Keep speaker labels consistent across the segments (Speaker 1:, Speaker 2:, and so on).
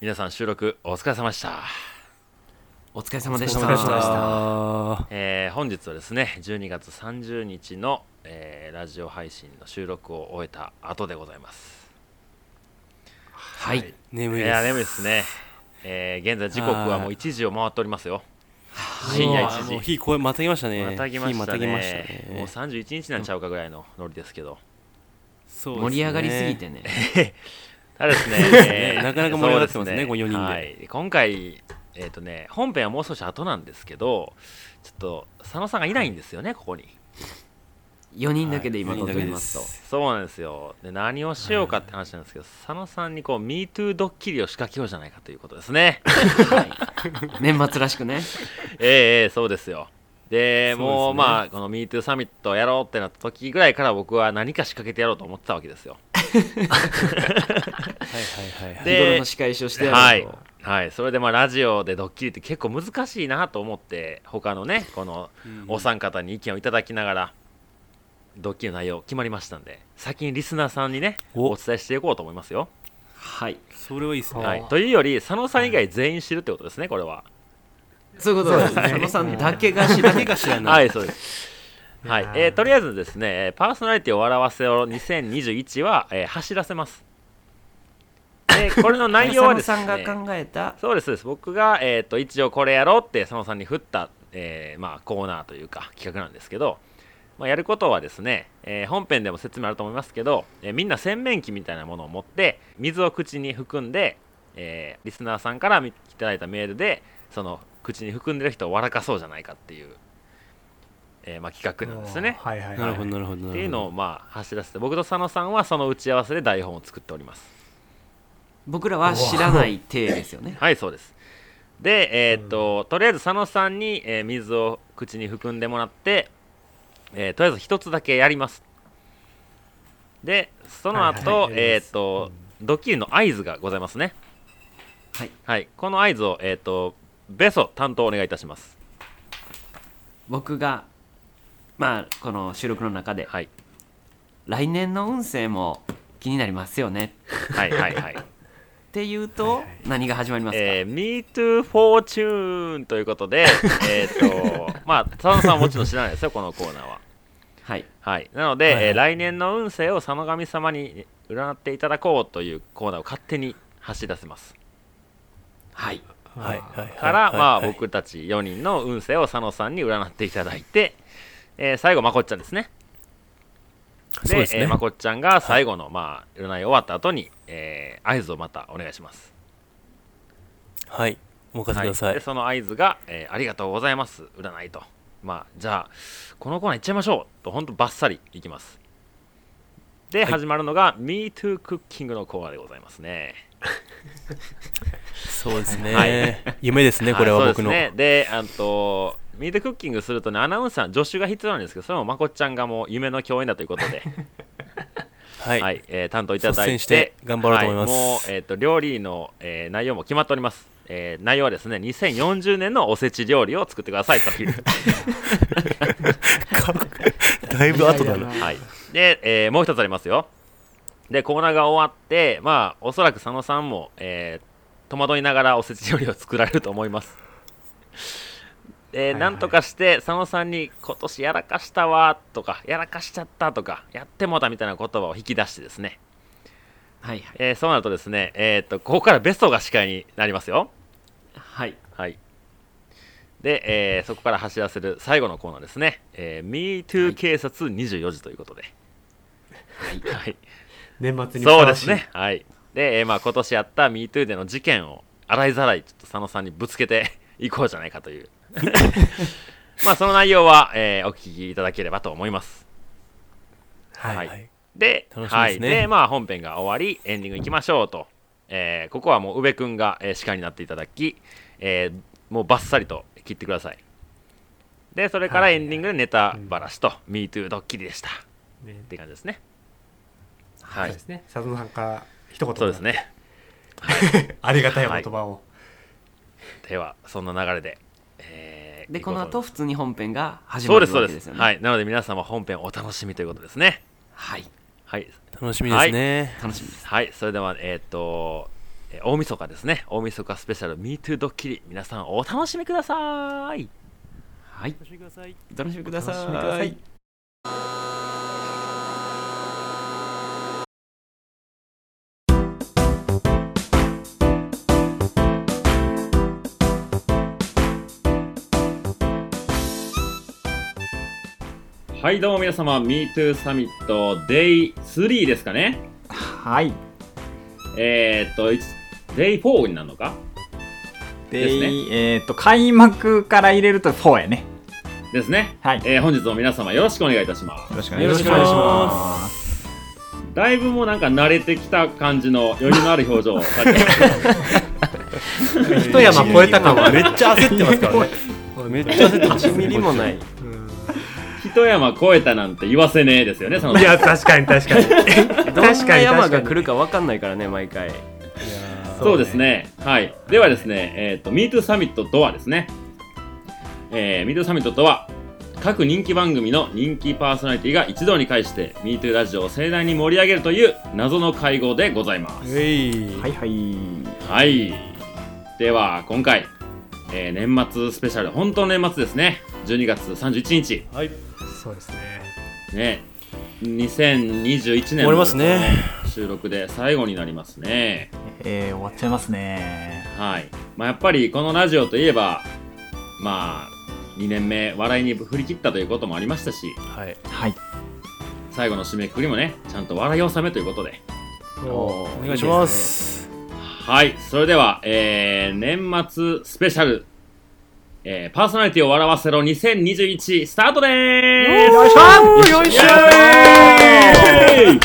Speaker 1: 皆さん収録お疲れ様でした。
Speaker 2: お疲れ様でした。
Speaker 3: お疲れ様でした。
Speaker 1: えー本日はですね12月30日の、えーラジオ配信の収録を終えた後でございます
Speaker 2: はい。
Speaker 3: 眠
Speaker 1: い
Speaker 3: いです。
Speaker 1: やー眠いですね、えー現在時刻はもう
Speaker 3: はい
Speaker 1: 1時を回っておりますよ
Speaker 3: うわ。
Speaker 1: 深夜1
Speaker 3: もう
Speaker 1: 時
Speaker 3: 火こえまたぎましたね。
Speaker 1: またぎました
Speaker 3: 火
Speaker 1: ね
Speaker 3: ね
Speaker 1: もう31日なんちゃうかぐらいのノリですけど
Speaker 3: そうですね
Speaker 2: 盛り上がりすぎてね。
Speaker 1: ただですねえー
Speaker 3: なかなか盛り上がってますね
Speaker 1: そうで
Speaker 3: こう四人で
Speaker 1: はい今回えっ、とね本編はもう少し後なんですけどちょっと佐野さんがいないんですよねここに
Speaker 2: 4人だけで今
Speaker 3: はい
Speaker 2: 撮っていますと。
Speaker 1: そうなんですよで何をしようかって話なんですけど、佐野さんにこう「MeToo ドッキリ」を仕掛けようじゃないかということですね
Speaker 2: はい年末らしくね。
Speaker 1: ええええそうですよでもう
Speaker 3: そうですね
Speaker 1: まあこの「MeToo サミット」やろうってなった時ぐらいから僕は何か仕掛けてやろうと思ってたわけですよ
Speaker 3: はいはいはいはい。
Speaker 1: で
Speaker 2: 日頃の仕返しをしてや
Speaker 1: は
Speaker 2: る
Speaker 1: い
Speaker 2: と。、
Speaker 1: はい、それでまあラジオでドッキリって結構難しいなと思って他のねこの
Speaker 3: うん
Speaker 1: お三方に意見をいただきながらドッキリの内容決まりましたんで先にリスナーさんにね
Speaker 3: お
Speaker 1: お伝えしていこうと思いますよ
Speaker 2: はい。
Speaker 3: それはいいですね。
Speaker 1: はい、というより佐野さん以外全員知るってことですねこれは
Speaker 2: そういうことです。佐野さんだけが知らない。
Speaker 3: 手が知らな い。
Speaker 1: はいそうですはいえーとりあえずですねえーパーソナリティを笑わせろ2021は、えー走らせますでこれの内容はです
Speaker 2: 佐
Speaker 1: ね
Speaker 2: 野さんが考えた。
Speaker 1: そうですそうです僕が、えー、と一応これやろうって佐野さんに振った、えーまあ、コーナーというか企画なんですけど、まあ、やることはですね、えー本編でも説明あると思いますけど、えーみんな洗面器みたいなものを持って水を口に含んで、えーリスナーさんからいただいたメールでその口に含んでる人を笑かそうじゃないかっていう、えーまあ、企画なんですね。
Speaker 4: はいはい
Speaker 3: な
Speaker 4: は
Speaker 3: る
Speaker 4: い
Speaker 3: ほどなるほど。
Speaker 1: っていうのをまあ走らせて僕と佐野さんはその打ち合わせで台本を作っております。
Speaker 2: 僕らは知らない体ですよね。
Speaker 1: はいそうですでえーっと、とりあえず佐野さんに、えー水を口に含んでもらって、えーとりあえず一つだけやりますでその後、
Speaker 4: はいはい
Speaker 1: えーっと、ドッキリの合図がございますね
Speaker 2: はい、
Speaker 1: この合図をえーっとベソ担当お願いいたします
Speaker 2: 僕が、まあ、この収録の中で、
Speaker 1: はい
Speaker 2: 来年の運勢も気になりますよね。
Speaker 1: はいはい はい
Speaker 2: っていうと、何が始まりますか
Speaker 1: えー、MeToo フォーチューンということ でえーっとまあ佐野さんはもちろん知らないですよこのコーナーは
Speaker 2: はい。
Speaker 1: はい、なので、
Speaker 4: はいはい
Speaker 1: えー来年の運勢を佐野神様に占っていただこうというコーナーを勝手に走らせます
Speaker 2: はい。
Speaker 3: はいはいはい。
Speaker 1: から、
Speaker 3: はい
Speaker 1: まあ、
Speaker 3: はい
Speaker 1: 僕たち4人の運勢を佐野さんに占っていただいて、えー最後まこっちゃんですね
Speaker 3: そうです
Speaker 1: え
Speaker 3: ね
Speaker 1: ー。まこっちゃんが最後の、まあ、占い終わった後に、えー合図をまたお願いします
Speaker 3: はい。お任せくださ
Speaker 1: で
Speaker 3: い。
Speaker 1: その合図が、えーありがとうございます占いとまあじゃあこのコーナーいっちゃいましょうと本当バッサリいきますで、
Speaker 3: い
Speaker 1: 始まるのが MeToo クッキングのコーナーでございますね
Speaker 3: そうです
Speaker 1: は
Speaker 3: ね。夢ですねこれは僕の。
Speaker 1: いそうですねであとミートクッキングするとねアナウンサー助手が必要なんですけどそれもまこっちゃんがもう夢の共演だということで、
Speaker 3: は。
Speaker 1: はいいえー担当いただ
Speaker 3: 率
Speaker 1: いて
Speaker 3: 先して頑張ろうと思います
Speaker 1: はもう、えー、と料理の、えー内容も決まっております、えー内容はですね2040年のおせち料理を作ってくださいという
Speaker 3: だいぶ後だ
Speaker 4: いやいや
Speaker 3: な。
Speaker 4: ま
Speaker 1: はいで、えーもう一つありますよでコーナーが終わってまあおそらく佐野さんも、えー戸惑いながらおせち料理を作られると思いますえー
Speaker 4: はい
Speaker 1: なんとかして佐野さんに今年やらかしたわとかやらかしちゃったとかやってもうたみたいな言葉を引き出してですね、
Speaker 2: はいはい。
Speaker 1: えーそうなるとですね、えー、とここからベストが司会になりますよ
Speaker 2: はい。
Speaker 1: はいで、えーそこから走らせる最後のコーナーですね「えー MeToo 警察24時」ということで、はい、
Speaker 4: 年末に
Speaker 1: そうですね。はい。で、えーまあ今年やった MeToo での事件を洗いざらいちょっと佐野さんにぶつけて いこうじゃないかと いう。まあその内容は、えーお聞きいただければと思います。
Speaker 4: はい
Speaker 1: は
Speaker 3: はいい。
Speaker 1: で、
Speaker 3: 楽しみですね
Speaker 1: はい。で、まあ本編が終わり、エンディング行きましょうと。えーここはもう宇部くんが、えー司会になっていただき、えーもうバッサリと切ってください。で、それからエンディングでネタばらしと、MeToo ドッキリでした。
Speaker 4: ね
Speaker 1: って感じですね。
Speaker 4: そ
Speaker 1: は
Speaker 4: う
Speaker 1: い
Speaker 4: で。すね。佐藤さんから一言。
Speaker 1: そうです。ね。
Speaker 4: ありがたいお言葉を。
Speaker 1: ではそんな流れで、えー
Speaker 2: で、この後、普通に本編が始
Speaker 1: そ
Speaker 2: ま
Speaker 1: うで
Speaker 2: る
Speaker 1: すそう
Speaker 2: わ
Speaker 1: で
Speaker 2: け
Speaker 1: す
Speaker 2: ですよね。
Speaker 1: はいなので皆様本編お楽しみということですね
Speaker 2: はい。
Speaker 1: はい
Speaker 3: 楽しみですね。
Speaker 2: 楽しみです。
Speaker 1: はいそれではえっ、とえー大晦日ですね大晦日スペシャル MeToo ドッキリ皆さんお楽しみください
Speaker 2: はいお楽しみください
Speaker 4: お楽しみください
Speaker 1: はいどうも皆様 MeToo サミット Day3 ですかね
Speaker 2: はい
Speaker 1: えー、っといつ Day4 になるのか
Speaker 5: で
Speaker 1: ですね
Speaker 5: えっ、と開幕から入れると4やね
Speaker 1: ですね、
Speaker 5: はい
Speaker 1: えー本日も皆様よろしくお願いいたします
Speaker 5: よろしくお
Speaker 2: 願いします
Speaker 5: す
Speaker 1: だいぶもうなんか慣れてきた感じの余裕のある表情を されてます
Speaker 3: 一山越えた感はめっちゃ焦ってますからね。
Speaker 2: めっちゃ1
Speaker 3: ミリもない。
Speaker 1: 一山越えたなんて言わせねえですよねその
Speaker 4: いや確かに確 かに
Speaker 2: どんな山が来るかわかんないからね毎回
Speaker 1: そうですね。はい。ではですね、えっ、と、MeToo サミットとはですね、えー、MeToo サミットとは、各人気番組の人気パーソナリティが一堂に会して MeToo ラジオを盛大に盛り上げるという謎の会合でございます。
Speaker 5: はいはい
Speaker 1: はい。では、今回、えー年末スペシャル、本当の年末ですね。12月31日。
Speaker 3: はい。
Speaker 4: そうですね
Speaker 1: ね。2021
Speaker 3: 終
Speaker 1: 年
Speaker 3: わ
Speaker 1: の
Speaker 3: りますね。
Speaker 1: 収録で最後になりますね。
Speaker 5: えー、終わっちゃいますね
Speaker 1: はいまあ、やっぱりこのラジオといえば、まあ、2年目笑いに振り切ったということもありましたし
Speaker 3: はい。
Speaker 5: はい
Speaker 1: 最後の締めくくりもねちゃんと笑い納めということで
Speaker 4: お
Speaker 3: お願いします。
Speaker 1: はいそれでは、えー年末スペシャル、えーパーソナリティを笑わせろ2021スタートでーす
Speaker 5: よいしょよいしょ
Speaker 1: イエーイ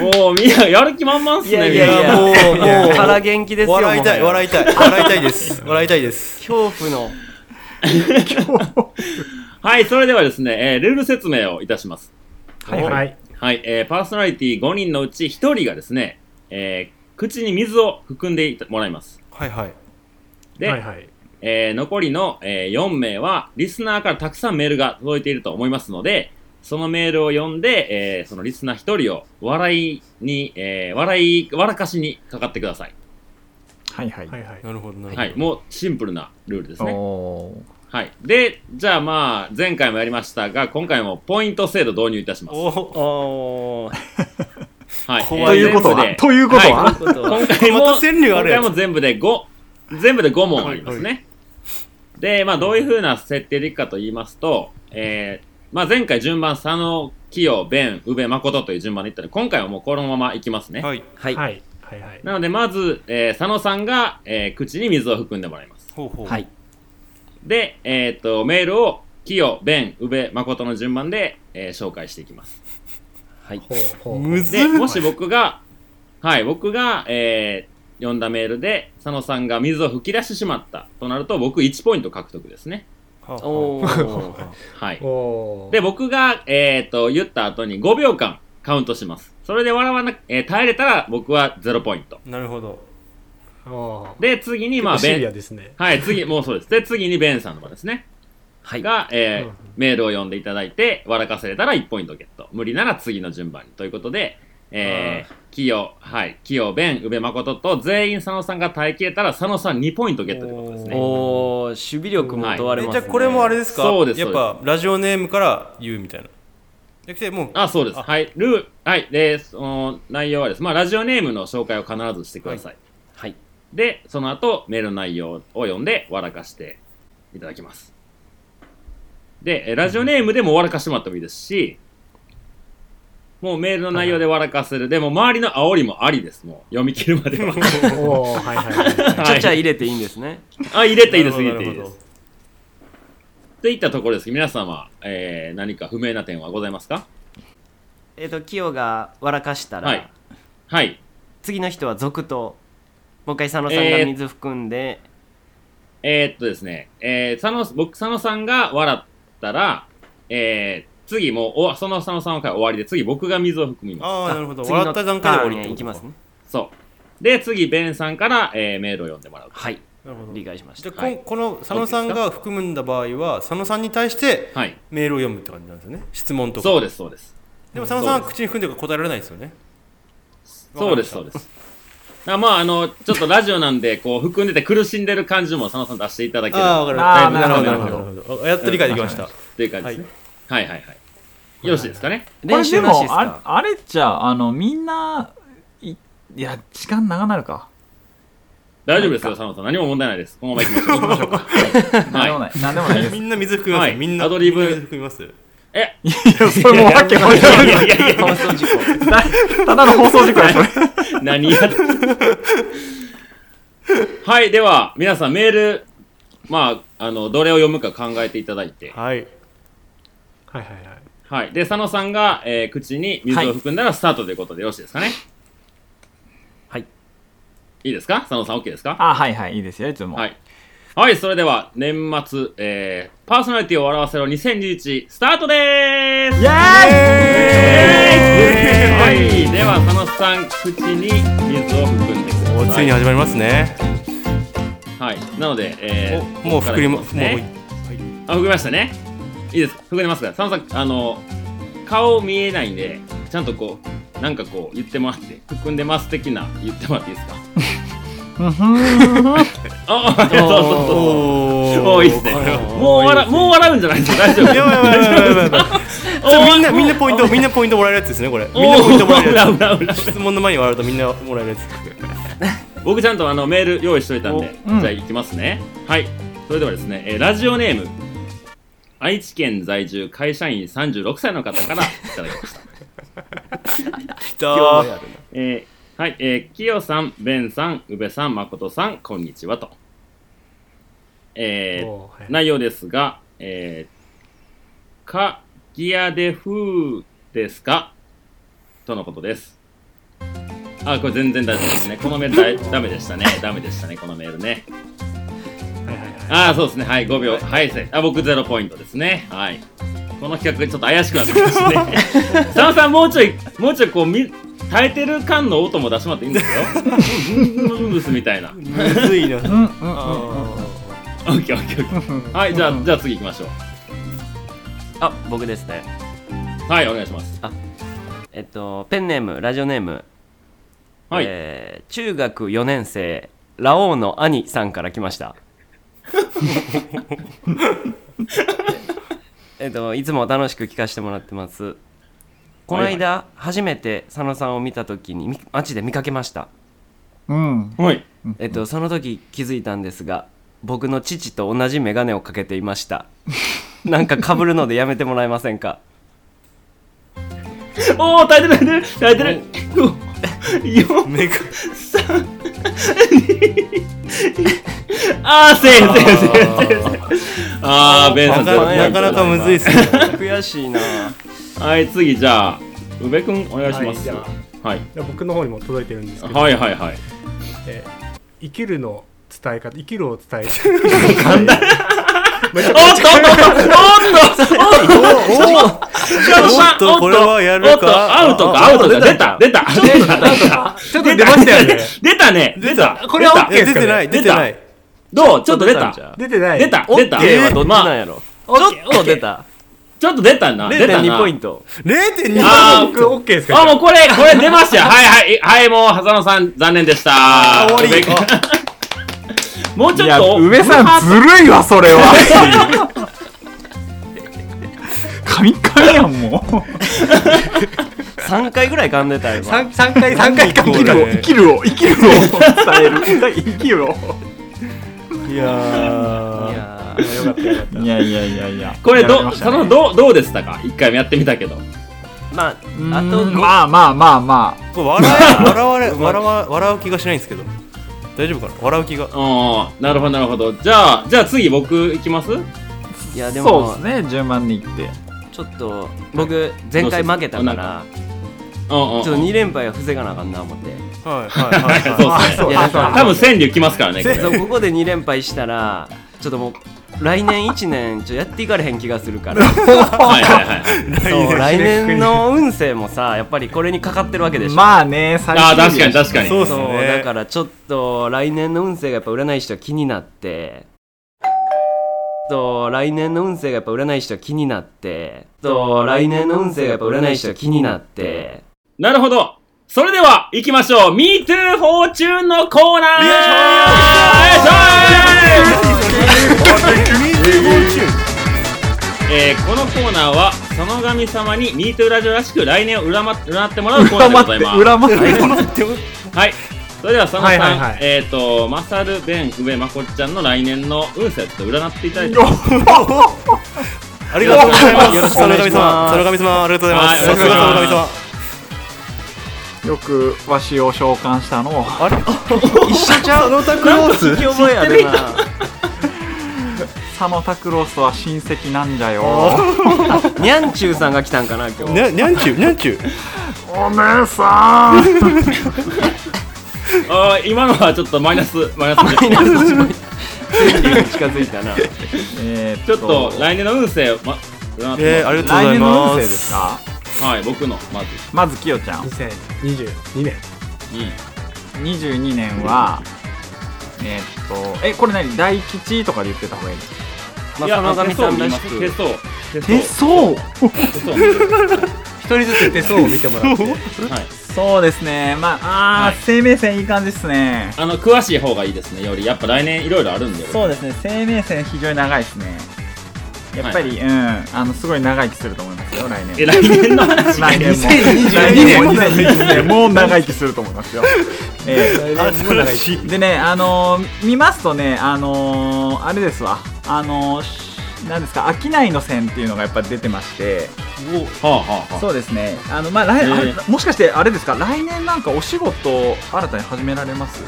Speaker 1: もうみんなやる気満々っすねみんな
Speaker 3: やもうもう
Speaker 2: 腹元気ですよ
Speaker 3: 笑いたい、
Speaker 2: もはや
Speaker 3: 笑いたい、笑いたいです。笑いたいです。
Speaker 2: 恐怖の
Speaker 1: はいそれではですね、えールール説明をいたします
Speaker 4: はいはい
Speaker 1: はい、えーパーソナリティ5人のうち1人がですね、えー口に水を含んでいたもらいます。
Speaker 3: はいはい。
Speaker 1: で、
Speaker 4: はいはい
Speaker 1: えー残りの、え4名は、リスナーからたくさんメールが届いていると思いますので、そのメールを読んで、えーそのリスナー1人を笑いに、えー笑い、笑かしにかかってください。
Speaker 5: はいはい、
Speaker 4: はいはい
Speaker 3: なるほどなるほど。
Speaker 1: はい、もうシンプルなルールです
Speaker 5: お
Speaker 1: ね。
Speaker 5: お
Speaker 1: はい。で、じゃあまあ、前回もやりましたが、今回もポイント制度導入いたします。
Speaker 3: お
Speaker 2: おー
Speaker 1: はい。
Speaker 3: 怖
Speaker 5: と
Speaker 3: い
Speaker 5: いうこと
Speaker 1: 全部
Speaker 5: は
Speaker 1: で
Speaker 5: ということは、
Speaker 1: はい
Speaker 2: ということは
Speaker 1: 今回も
Speaker 3: また川柳あるやつ
Speaker 1: 今回も全部で5全部で5問ありますね、で、まあ、どういうふうな設定でいくかと言いますと、えーまあ、前回順番佐野清弁宇部誠という順番でいったので今回はもうこのままいきますね、
Speaker 3: はい。
Speaker 2: はいは
Speaker 4: はいいはいはい
Speaker 1: なのでまず、えー佐野さんが、えー口に水を含んでもらいます
Speaker 3: ほうほう。
Speaker 2: はい。
Speaker 1: で、えー、とメールを清弁宇部誠の順番で、えー紹介していきます
Speaker 4: ほうほう
Speaker 3: むず
Speaker 1: で、
Speaker 3: っ。
Speaker 1: もし僕が、はい、僕が、えー読んだメールで、佐野さんが水を吹き出してしまったとなると、僕1ポイント獲得ですね。
Speaker 3: はあはあ
Speaker 2: おー
Speaker 1: はい。
Speaker 4: おー
Speaker 1: で、僕が、えー、と、言った後に5秒間カウントします。それで笑わな、えー耐えれたら僕は0ポイント。
Speaker 3: なるほど。
Speaker 4: おー
Speaker 1: で、次に、まあ、
Speaker 4: 結構シ
Speaker 1: ベ
Speaker 4: ビア
Speaker 1: ン、
Speaker 4: ですね
Speaker 1: はい、次、もうそうです。で、次にベンさんの番ですね。
Speaker 2: はい
Speaker 1: が、えー
Speaker 4: うん
Speaker 1: メールを読んでいただいて、笑かせれたら1ポイントゲット。無理なら次の順番に。ということで、えー、清、はい、清、弁、宇部誠と全員佐野さんが耐えきれたら、佐野さん2ポイントゲットということですね。
Speaker 2: おー守備力も問われ
Speaker 3: え
Speaker 2: ます
Speaker 3: じゃ
Speaker 2: ね
Speaker 3: あこれもあれですか
Speaker 1: そうです
Speaker 3: やっぱラジオネームから言うみたいな。じゃなくてもう、
Speaker 1: あ、そうです。
Speaker 3: あ
Speaker 1: はい、ルール、はい、で、その内容はです。まあ、ラジオネームの紹介を必ずしてください。
Speaker 2: はい
Speaker 1: で、その後、メールの内容を読んで、笑かしていただきます。で、えラジオネームでも笑かしてもらってもいいですし、もうメールの内容で笑かせる。でも、周りの煽りもありです。もう、読み切るま では。
Speaker 4: おーはいはいはい
Speaker 2: ちゃちゃ
Speaker 1: はい
Speaker 2: 入れていいんですね
Speaker 1: あ、入れていいです、入
Speaker 3: な
Speaker 1: れて
Speaker 3: る
Speaker 1: い
Speaker 3: ほ
Speaker 1: い
Speaker 3: ど
Speaker 1: です。っていったところですけど、皆様、えー何か不明な点はございますか
Speaker 2: えっとキヨが笑かした
Speaker 1: はい
Speaker 2: ら
Speaker 1: はい。
Speaker 2: 次の人は続投もう一回佐野さんが水含んで
Speaker 1: えーっとですね、えー、佐野、僕、佐野さんが笑ったら、えー、次もうお、その佐野さんの回終わりで、次僕が水を含みます。
Speaker 3: ああ、なるほど。
Speaker 2: 次の
Speaker 3: 笑った段階で
Speaker 2: タ
Speaker 3: 終
Speaker 2: ーン
Speaker 3: わりって
Speaker 2: へ
Speaker 3: こ
Speaker 2: 行
Speaker 3: と
Speaker 2: きますね
Speaker 1: そう。で、次、ベンさんから、えーメールを読んでもらう。
Speaker 2: はい
Speaker 3: なるほど。
Speaker 2: 理解しまし
Speaker 3: じ
Speaker 2: た
Speaker 3: ゃあこ,、
Speaker 1: はい
Speaker 3: この佐野さんが含むんだ場合は佐野さんに対して
Speaker 1: はい。
Speaker 3: メールを読むって感じなんですよね質問とか
Speaker 1: そうです、そうです。
Speaker 3: でも佐野さんは口に含んでるから答えられないですよね
Speaker 1: そうです、そうです。あまああのちょっとラジオなんでこう含んでて苦しんでる感じも佐野さん出していただける
Speaker 3: ああ、わかる。
Speaker 5: あー
Speaker 3: なるほど、
Speaker 5: な
Speaker 3: な
Speaker 5: る
Speaker 3: る
Speaker 5: ほ
Speaker 3: ほ
Speaker 5: ど
Speaker 3: ど。あやっと理解できました。
Speaker 1: という感じですね、はい、はいはいよろしいですかね
Speaker 2: 練習
Speaker 5: こ
Speaker 2: な
Speaker 5: れ
Speaker 2: し
Speaker 5: で
Speaker 2: です
Speaker 5: もあ
Speaker 2: か
Speaker 5: あれじゃあのみんないいや時間長なるか
Speaker 1: 大丈夫ですよ佐野さん何も問題ないですこのまま行きましょう行きましょうか
Speaker 5: 何で
Speaker 1: は
Speaker 5: も ない何でもないです
Speaker 3: みんな水含みます
Speaker 1: は
Speaker 3: よ。
Speaker 1: い
Speaker 3: みんな
Speaker 1: アドリブ
Speaker 3: みんな水含みますよ。
Speaker 1: いえ
Speaker 5: それもうわけわかんない
Speaker 1: いやいやいや
Speaker 2: 放送事故
Speaker 5: ただの放送事故やそれ
Speaker 1: 何やってはいでは皆さんメールまああのどれを読むか考えていただいて
Speaker 3: はい。
Speaker 4: はいはいは
Speaker 1: は
Speaker 4: い。
Speaker 1: いで佐野さんが、えー口に水を含んだらスタートということでよろしいですかね
Speaker 2: はい
Speaker 1: いいですか佐野さん OK ですか
Speaker 5: あはいはいいいですよいつも
Speaker 1: はい。はい、それでは年末、えー、パーソナリティを笑わせろ2021スタートでーす
Speaker 5: イエ
Speaker 1: は
Speaker 5: ーイ
Speaker 1: い、では佐野さん口に水を含んでく
Speaker 3: お
Speaker 1: だ
Speaker 3: つ
Speaker 1: さ
Speaker 3: いに
Speaker 1: い。
Speaker 3: 始まりますね
Speaker 1: はい、なので、え
Speaker 3: お
Speaker 1: ー、
Speaker 3: もう膨れま
Speaker 1: ここ
Speaker 3: す
Speaker 1: からいき
Speaker 3: も
Speaker 1: すねあ、含みましたね。いいです、含みますから。佐野さん、あの、顔見えないんで、ちゃんとこう、なんかこう言ってもらって、含んでます的な言ってもらっていいですか。 あ、あそうそう
Speaker 3: う
Speaker 1: そう。
Speaker 3: おー
Speaker 1: もういいっすね。もう笑う、もう笑うんじゃないですよ。大丈夫。
Speaker 3: やばいやばいやばいやばいやばい
Speaker 1: おー
Speaker 3: みんなみんなポイントみんなポイントもらえるやつですねこれみ
Speaker 1: おー
Speaker 3: んなポイントもらえる
Speaker 1: うらうらうら
Speaker 3: やつ質問の前に笑うとみんなもらえるやつ
Speaker 1: 僕ちゃんとあのメール用意しといたんで、
Speaker 5: おうん
Speaker 1: じゃあ行きますねはいそれではですね、えーラジオネーム愛知県在住会社員36歳の方からいただきました、
Speaker 3: きたー
Speaker 1: えーはいえー、きよさんべんさん宇部さん誠さんこんにちはとえー
Speaker 4: おーはい
Speaker 1: 内容ですが、えー、かぎやでふーですかとのことです。あ、これ全然大丈夫ですね。このメールだいダメでしたね。ダメでしたね、このメールね。
Speaker 4: はいはいはい。
Speaker 1: あー、そうですね。はい、5秒。はい、せあ僕0ポイントですね。はい。この企画、ちょっと怪しくなってきましたね。佐野さん、もうちょい、もうちょい、こう、み耐えてる感の音も出してもらっていいんですよ。うんうんうんうんみたいな。
Speaker 3: むずいな
Speaker 5: うんうんうん
Speaker 4: あ
Speaker 1: オッケーオッケーオッケー。はい、じゃあ、じゃあ次行きましょう。
Speaker 2: あ僕ですね
Speaker 1: はい、お願いします。
Speaker 2: えっとペンネームラジオネーム、
Speaker 1: はい。
Speaker 2: えー中学4年生ラオウの兄さんから来ました えっといつも楽しく聞かせてもらってますこの間、初めて佐野さんを見た時にみ街で見かけました
Speaker 5: うん
Speaker 1: はい。
Speaker 2: えっとその時気づいたんですが僕の父と同じ眼鏡をかけていましたなんか被るのでやめてもらえませんか
Speaker 1: おお耐えてる耐えてる耐えてる4
Speaker 3: めか
Speaker 1: あーセーフセーフセーフ
Speaker 3: な
Speaker 1: あーベンさん
Speaker 3: かなかなかむずいっすね
Speaker 2: 悔しいな
Speaker 1: はい次じゃあ宇部くんお願いしま
Speaker 4: はい
Speaker 1: す
Speaker 4: じゃ
Speaker 1: はい
Speaker 4: じゃあ僕の方にも届いてるんですけど、
Speaker 1: はいはいはい
Speaker 4: えー生きるの伝え方、生きるを伝え
Speaker 1: おっ
Speaker 4: て、
Speaker 1: とおっと
Speaker 3: おお
Speaker 1: お
Speaker 3: お
Speaker 1: っ
Speaker 3: っ
Speaker 1: と
Speaker 3: とこれはやる
Speaker 1: おっと
Speaker 3: か
Speaker 1: アウトかアウトか出た出た出た出た
Speaker 4: ちょっと出ましたよね。
Speaker 1: 出たね出た
Speaker 4: これは
Speaker 3: え
Speaker 4: OK
Speaker 3: 出てない
Speaker 1: 出た
Speaker 3: 出てない
Speaker 1: どうちょっと出た
Speaker 3: じゃ
Speaker 4: 出てない。
Speaker 1: 出た出た
Speaker 3: OK は
Speaker 1: どっちなんや
Speaker 2: ろ
Speaker 1: ちょっと出
Speaker 2: た
Speaker 1: ちょっと出たな出たな
Speaker 2: ト
Speaker 3: 0.2
Speaker 1: あー
Speaker 4: 僕 OK ですか
Speaker 1: あもうこれこれ出ましたよはいはいはいもう狭野さん残念でした
Speaker 3: あ終わり
Speaker 1: 宇部くんもうち
Speaker 5: い
Speaker 1: ょっ
Speaker 5: や
Speaker 1: と
Speaker 5: 上さんずるいわそれは神々やんもう
Speaker 2: 3回ぐらい噛んでた今
Speaker 4: 三三回三回か
Speaker 3: こ
Speaker 5: 生きるを生
Speaker 3: れ
Speaker 5: きるを生きるを伝える生きるを
Speaker 3: いや
Speaker 2: い
Speaker 3: ー
Speaker 2: や
Speaker 4: あよかったよかった。
Speaker 5: いやいやいやいや
Speaker 1: これ
Speaker 5: やら
Speaker 1: ど、
Speaker 5: れました
Speaker 1: そ
Speaker 5: ね
Speaker 1: のどうどうでしたか一回目やってみたけど
Speaker 2: ーまあ
Speaker 5: うん
Speaker 2: あと5
Speaker 5: まあまあまあまあ
Speaker 3: これ笑え笑われ笑わ笑う気がしないんですけど大丈夫かな笑う気が
Speaker 1: ああなるほどなるほどじゃあじゃあ次僕いきます
Speaker 2: いやで
Speaker 5: そ
Speaker 2: も
Speaker 5: うですね順番にいって
Speaker 2: ちょっと僕前回負けた
Speaker 1: どう
Speaker 2: か
Speaker 1: する
Speaker 2: ら
Speaker 1: うんうん
Speaker 2: ちょっと2連敗は防がなあかんな思って
Speaker 3: はいはいはい
Speaker 1: そう
Speaker 3: はい
Speaker 1: っすね
Speaker 4: そう
Speaker 2: いやなんか
Speaker 1: 多分川柳きますからねこれ
Speaker 2: そうここで2連敗したらちょっともう来年1年ちょっとやっていかれへん気がするから
Speaker 1: はいはいはい
Speaker 2: そう来年の運勢もさやっぱりこれにかかってるわけでしょ、
Speaker 5: まあね最
Speaker 1: ああ
Speaker 5: 終
Speaker 1: 確
Speaker 5: 日
Speaker 1: か
Speaker 5: や
Speaker 1: に
Speaker 5: し
Speaker 1: 確かに
Speaker 3: そうっす
Speaker 2: そう
Speaker 3: ね
Speaker 2: だからちょっと来年の運勢がやっぱ占い師は気になってと来年の運勢がやっぱ占い師は気になってと来年の運勢がやっぱ占い師は気になって
Speaker 1: なるほどそれでは、行きましょう !MeToo フォーチューンのコーナーよいしょーえー、このコーナーは、その神様に MeToo ラジオらしく来年を占ま占ってもらうコーナーでございます。
Speaker 5: 裏回って
Speaker 1: はい。それでは、佐野さん、
Speaker 4: はいはいはい
Speaker 1: えっ、と、マサル、ベン、上、まこっちゃんの来年の運勢をちょっと占っていただいてもいいですか
Speaker 3: ありがとうございます。
Speaker 2: よろしくお願い
Speaker 3: その
Speaker 2: しま
Speaker 3: 神様、
Speaker 2: す
Speaker 3: その神様、ありがとうございます。
Speaker 1: は
Speaker 3: さ
Speaker 1: い
Speaker 3: すがその神様。
Speaker 5: よく和紙を召喚したのを
Speaker 2: 聞き覚えあるな
Speaker 5: 佐野拓郎スは親戚なんじゃよお
Speaker 2: にゃんちゅうさんが来たんかな今日
Speaker 3: にゃにゃんちゅう、にゃんちゅう。
Speaker 5: 姉さ
Speaker 1: あ
Speaker 5: ん
Speaker 1: ー今のはちょっとマイナス、マイナスです。
Speaker 2: 近づいたな
Speaker 5: えー
Speaker 1: ちょっと来年の運勢を、ま、占ってもら
Speaker 3: えー、ありがとうござ
Speaker 5: 来
Speaker 3: い
Speaker 5: 年の
Speaker 3: ま。
Speaker 5: 運勢ですすか
Speaker 1: はい、僕の、まず。
Speaker 5: まずきよちゃん
Speaker 4: 2022年
Speaker 1: う
Speaker 5: 22年はえーっとえこれ何大吉とかで言ってた方がいいです
Speaker 1: ん。
Speaker 2: まあその神さんらし
Speaker 1: 手
Speaker 2: く
Speaker 1: 相手相
Speaker 5: 手相
Speaker 1: 手相見てる
Speaker 4: 一人ずつ手相を見てもらって
Speaker 1: はい。
Speaker 5: そうですねまああ
Speaker 1: は
Speaker 5: ー、
Speaker 1: い
Speaker 5: 生命線いい感じですね
Speaker 1: あの、詳しい方がいいですね、より。やっぱ来年いろいろあるんで。
Speaker 5: そうですね生命線非常に長いですねやっぱり、うんあのすごい長生きすると思いますよ来
Speaker 1: え、
Speaker 5: 年
Speaker 1: 来年の話
Speaker 5: 来年も
Speaker 4: 2022年
Speaker 5: も2022年もう長生きすると思い ますよ、ええ
Speaker 3: あ、素晴らしい。
Speaker 5: でね、あのー見ますとね、あのーあれですわ、あのーしなんですか、商いの線っていうのがやっぱ出てまして、
Speaker 1: はあはあは
Speaker 5: そうですね、あのまあ
Speaker 1: え
Speaker 5: 来
Speaker 1: ー
Speaker 5: あれもしかしてあれですか、来年なんかお仕事、新たに始められます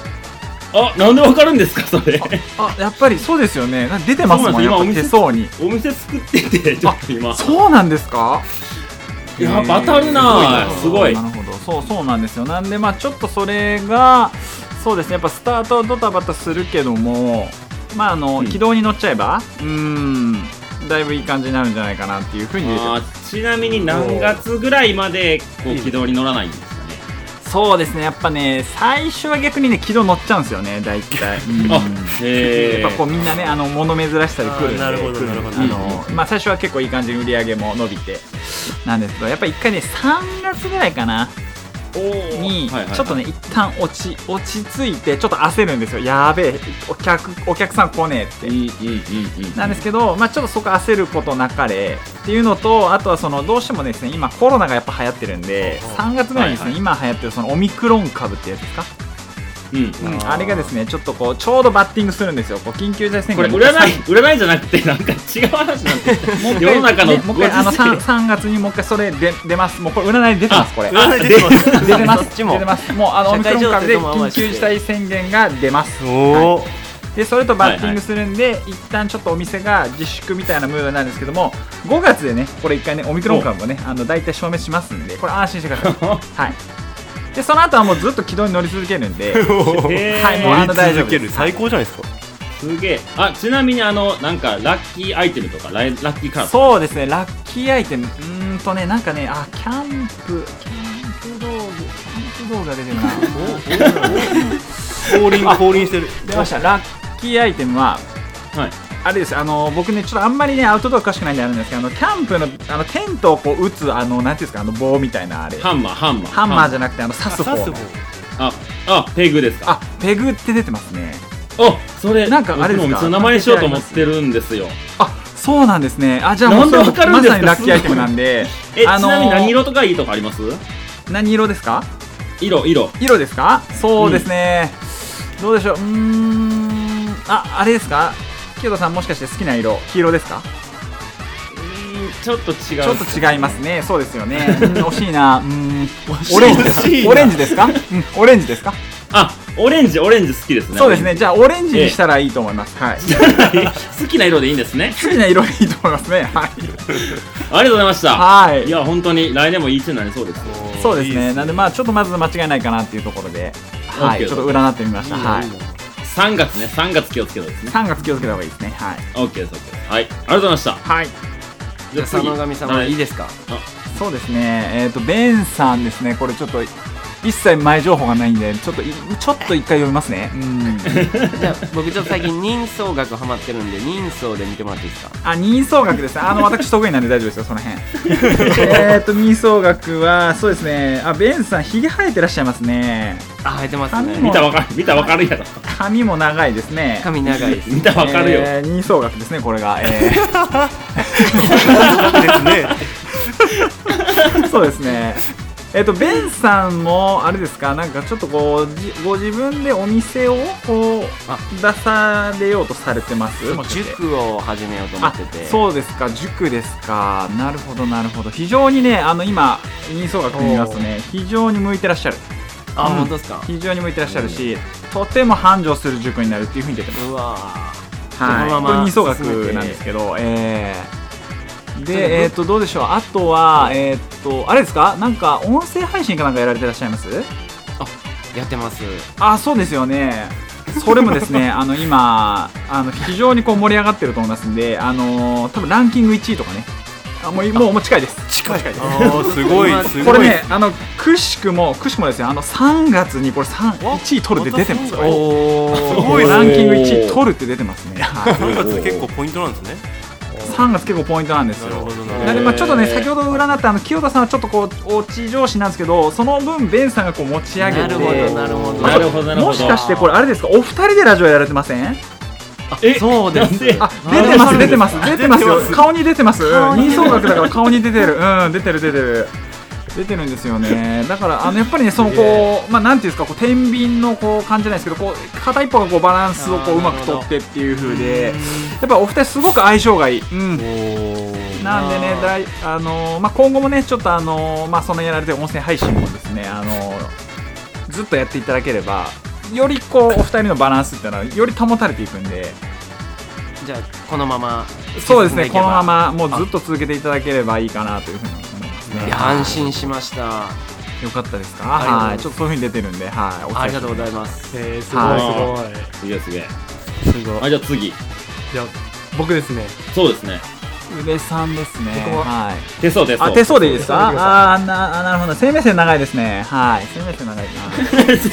Speaker 1: あ。あ、なんでわかるんですか、それ。
Speaker 5: あやっぱりそうですよね、なんか出てますもん、
Speaker 1: そう
Speaker 5: やっ
Speaker 1: な
Speaker 5: ぱ
Speaker 1: んです
Speaker 5: 手相に。
Speaker 1: お店作ってて、ちょっと今。
Speaker 5: そうなんですか
Speaker 1: いやバタるな
Speaker 5: えー
Speaker 1: すごい
Speaker 5: なるほどそうそうなんですよなんでまあちょっとそれがそうですねやっぱスタートはドタバタするけどもまああの、
Speaker 1: うん
Speaker 5: 軌道に乗っちゃえばうーんだいぶいい感じになるんじゃないかなっていうふうに出てま
Speaker 1: あーちなみに何月ぐらいまでこう軌道に乗らないんですかね
Speaker 5: すそうですねやっぱね最初は逆にね軌道乗っちゃうんですよね大体う ん
Speaker 1: あへえ
Speaker 5: やっぱこうみんなねあの物珍しさで来るんで
Speaker 3: あーなるほど
Speaker 5: 来んで
Speaker 3: なるほど
Speaker 5: あの、まあ、最初は結構いい感じに売り上げも伸びてなんですけどやっぱ一回ね3月ぐらいかな
Speaker 1: おー
Speaker 5: に
Speaker 1: はいはいはい
Speaker 5: ちょっとね一旦落ち落ち着いてちょっと焦るんですよやべえお客お客さん来ねえ
Speaker 1: う
Speaker 5: っ
Speaker 1: ん
Speaker 5: て
Speaker 1: うんうんうん
Speaker 5: なんですけど、まあ、ちょっとそこ焦ることなかれっていうのとあとはそのどうしてもですね今コロナがやっぱ流行ってるんで3月ぐらいにですね
Speaker 1: はい
Speaker 5: 今流行ってるそのオミクロン株ってやつですか
Speaker 1: うん
Speaker 5: うんあれがですねちょっとこうちょうどバッティングするんですよこう緊急事態宣
Speaker 1: これ
Speaker 5: 言
Speaker 1: 占い占いじゃなくてなんか違う話なんて
Speaker 5: もう一回
Speaker 1: 世の中の
Speaker 5: ねもう一回
Speaker 1: ご時世
Speaker 5: あの 3, 3月にもう一回それで出ますもうこれ占い出てますこれ
Speaker 3: 占い出てます。
Speaker 5: 出てま
Speaker 2: そっ
Speaker 5: す
Speaker 2: ちも
Speaker 5: 出てますもうあのオミ
Speaker 2: 社
Speaker 5: ク
Speaker 2: 会
Speaker 5: ロ
Speaker 2: 情
Speaker 5: ン株
Speaker 2: 勢
Speaker 5: で
Speaker 2: とも合わ
Speaker 5: 緊
Speaker 2: せて
Speaker 5: 急事態宣言が出ます
Speaker 3: おお。
Speaker 5: でそれとバッティングするんで、一旦ちょっとお店が自粛みたいなムードになるんですけども5月でねこれ一回ねオミクロン株もねあの大体消滅しますんでこれ安心してくださいはいでその後はもうずっと軌道に乗り続けるんで
Speaker 1: へー
Speaker 5: はいもうあの大丈夫
Speaker 3: け
Speaker 5: で
Speaker 3: る。
Speaker 5: す
Speaker 3: 最高じゃないですか。
Speaker 1: すげえあちなみにあのなんかラッキーアイテムとかライラッキーカード
Speaker 5: そうですねラッキーアイテムうーんとねなんかねあキャンプキャンプ道具キャンプ道具が出てるな
Speaker 3: 降臨、降臨してる。
Speaker 5: 出ましたラッキーアイテムは
Speaker 1: はい
Speaker 5: あれですあの僕ねちょっとあんまりねアウトドア詳しくないんであるんですけどあのキャンプのあのテントをこう打つあのなんていうんですかあの棒みたいなあれ
Speaker 1: ハンマーハンマー
Speaker 5: ハンマーじ
Speaker 1: ゃ
Speaker 5: ゃなくてあの刺す方の
Speaker 1: ああペグですか
Speaker 5: あペグって出てますね
Speaker 1: あそれ
Speaker 5: なんかあれで
Speaker 1: 僕も
Speaker 5: すか
Speaker 1: お店の名前にしようと思ってるんですよ
Speaker 5: あそうなんですねあじゃあもうそ
Speaker 1: な
Speaker 5: れ
Speaker 1: んでわかるんですか
Speaker 5: まさにラッキーアイテムなんで
Speaker 1: え、
Speaker 5: あの
Speaker 1: ちな
Speaker 5: ー
Speaker 1: みに何色とかいいとかあります
Speaker 5: 何色ですか
Speaker 1: 色色
Speaker 5: 色ですかそうですね、どうでしょううーんああれですか清田さんもしかして好きな色黄色ですか
Speaker 1: ちょっと違う
Speaker 5: ちょっと違いますねそうですよ ねうん惜しいなうーん
Speaker 3: しい
Speaker 5: オレンジです
Speaker 3: 惜しい
Speaker 5: か
Speaker 3: な
Speaker 5: オレンジですか、うん、オレンジですか
Speaker 1: あオレンジオレンジ好きですね
Speaker 5: そうですねじゃあオレンジにしたらいいと思います、はい
Speaker 1: オレンジ 好きな色でいいんですね
Speaker 5: 好きな色でいいと思いますねはい
Speaker 1: ありがとうございました
Speaker 5: はい
Speaker 1: いや本当に来年もいい一年になりそうです
Speaker 5: そうですね。なんでまあちょっとまず間違いないかなっていうところで、はい、
Speaker 1: OK
Speaker 5: ちょっと占ってみました。はい。
Speaker 1: 3月ね3月気をつけろですね
Speaker 5: 3月気をつけた方がいいですね。はい。
Speaker 1: OK です OK ですはいありがとうございました
Speaker 5: はい。
Speaker 1: じゃあ
Speaker 2: 佐
Speaker 1: 次
Speaker 2: 野神様いいですか
Speaker 5: そうですね。えっ、とベンさんですね。これちょっと一切前情報がないんでちょっといちょっと一回読みますねうん
Speaker 2: じゃあ僕ちょっと最近人相学ハマってるんで人相で見てもらっていいですか
Speaker 5: あ人相学ですねあの私得意なんで大丈夫ですよその辺 えっと人相学はそうですねあベンさんひげ生えてらっしゃいますね
Speaker 2: あ生えてます
Speaker 5: 髪
Speaker 2: ね
Speaker 5: も
Speaker 2: 見
Speaker 6: 見
Speaker 2: た
Speaker 6: たわかる見たわかるやろ
Speaker 5: 髪も長いですね
Speaker 2: 髪長いです
Speaker 6: 見たわかるよ、
Speaker 5: えー人相学ですねこれが、え
Speaker 3: ですね
Speaker 5: ーそうですねえっ、とベンさんもあれですかなんかちょっとこうじご自分でお店をこう
Speaker 2: あ
Speaker 5: 出されようとされてますもしかして
Speaker 2: 塾を始めようと思
Speaker 5: あ
Speaker 2: ってて
Speaker 5: そうですか塾ですかなるほどなるほど非常にねあの今人相学見ますとね非常に向いてらっしゃる
Speaker 2: あ
Speaker 5: うん
Speaker 2: 本当ですか
Speaker 5: 非常に向いてらっしゃるし、とても繁盛する塾になるっていうふうに出てます、
Speaker 2: うわー
Speaker 5: はい、
Speaker 2: そのまま
Speaker 5: 本当に二層学
Speaker 2: 進めて
Speaker 5: なんですけどえ
Speaker 2: ちょ
Speaker 5: ー
Speaker 2: っと
Speaker 5: でえっ、とどうでしょうあとはえっ、とあれですかなんか音声配信かなんかやられてらっしゃいます
Speaker 2: やってます
Speaker 5: あそうですよねそれもですね あの今あの非常にこう盛り上がってると思いますんであの多分ランキング1位とかねあもうもうもう近いです近い近いです
Speaker 3: あーすごいすごい
Speaker 5: これねあのくしくもくしくもですねあの3月にこれ3 1位取るって出てますよ
Speaker 3: おー すごい
Speaker 5: ランキング1
Speaker 6: お
Speaker 5: 位
Speaker 6: ー
Speaker 5: 取るって出てますね はい
Speaker 3: 3月結構ポイントなんですね
Speaker 5: 3月結構ポイントなんです
Speaker 3: なる
Speaker 5: よ
Speaker 3: ほどな
Speaker 5: な
Speaker 3: る
Speaker 5: んでまあちょっとね先ほど占ったあの清田さんはちょっとこう落ち上司なんですけどその分ベンさんがこう持ち上げ
Speaker 2: なるほどな
Speaker 5: て
Speaker 2: るほど
Speaker 6: なるほどなるほど
Speaker 5: もしかしてこれあれですかお二人でラジオやられてません
Speaker 6: え
Speaker 2: そうです
Speaker 6: なんで
Speaker 5: あ出てます出てます出てますよ
Speaker 3: 出てます
Speaker 5: 顔に出てます
Speaker 2: 顔に
Speaker 5: 人相学だから顔に出てるうん出てる出てる出てるんですよねだからあのやっぱりねそのこうまあなんていうんですかこう天秤のこう感じじゃないですけどこう片一方がこうバランスをこう
Speaker 2: あー
Speaker 5: うまく取ってっていう風でやっぱお二人すごく相性がいいうんなんでね、だいあのーまあ、今後もね、ちょっと、あのーまあ、そのやられてる音声配信もですね、あのーずっとやっていただければ、よりこうお二人のバランスっていうのは、より保たれていくんで、
Speaker 2: じゃあこのまま
Speaker 5: そうですね、このま
Speaker 2: い
Speaker 5: まもうずっと続けていただければいいかなというふうに思いますね。
Speaker 2: や安心しました
Speaker 5: よかったですか、
Speaker 2: りがとうございます
Speaker 5: はい、ちょっとそういうふうに出てるんで、はい、お疲れ様
Speaker 2: ありがとうございます
Speaker 4: えー、す
Speaker 6: は
Speaker 4: ごいすごい
Speaker 6: すげえすげえ
Speaker 4: すごい
Speaker 6: あじゃあ次
Speaker 4: じゃあ僕ですね
Speaker 6: そうですね
Speaker 5: うべさんですね。
Speaker 4: 僕も
Speaker 5: はい。
Speaker 6: 手相手相
Speaker 5: あ、手相でいいですか。
Speaker 4: 手相
Speaker 5: あー、な、 あなるほど、生命線長いですね。はい、生命線長いな。
Speaker 6: 手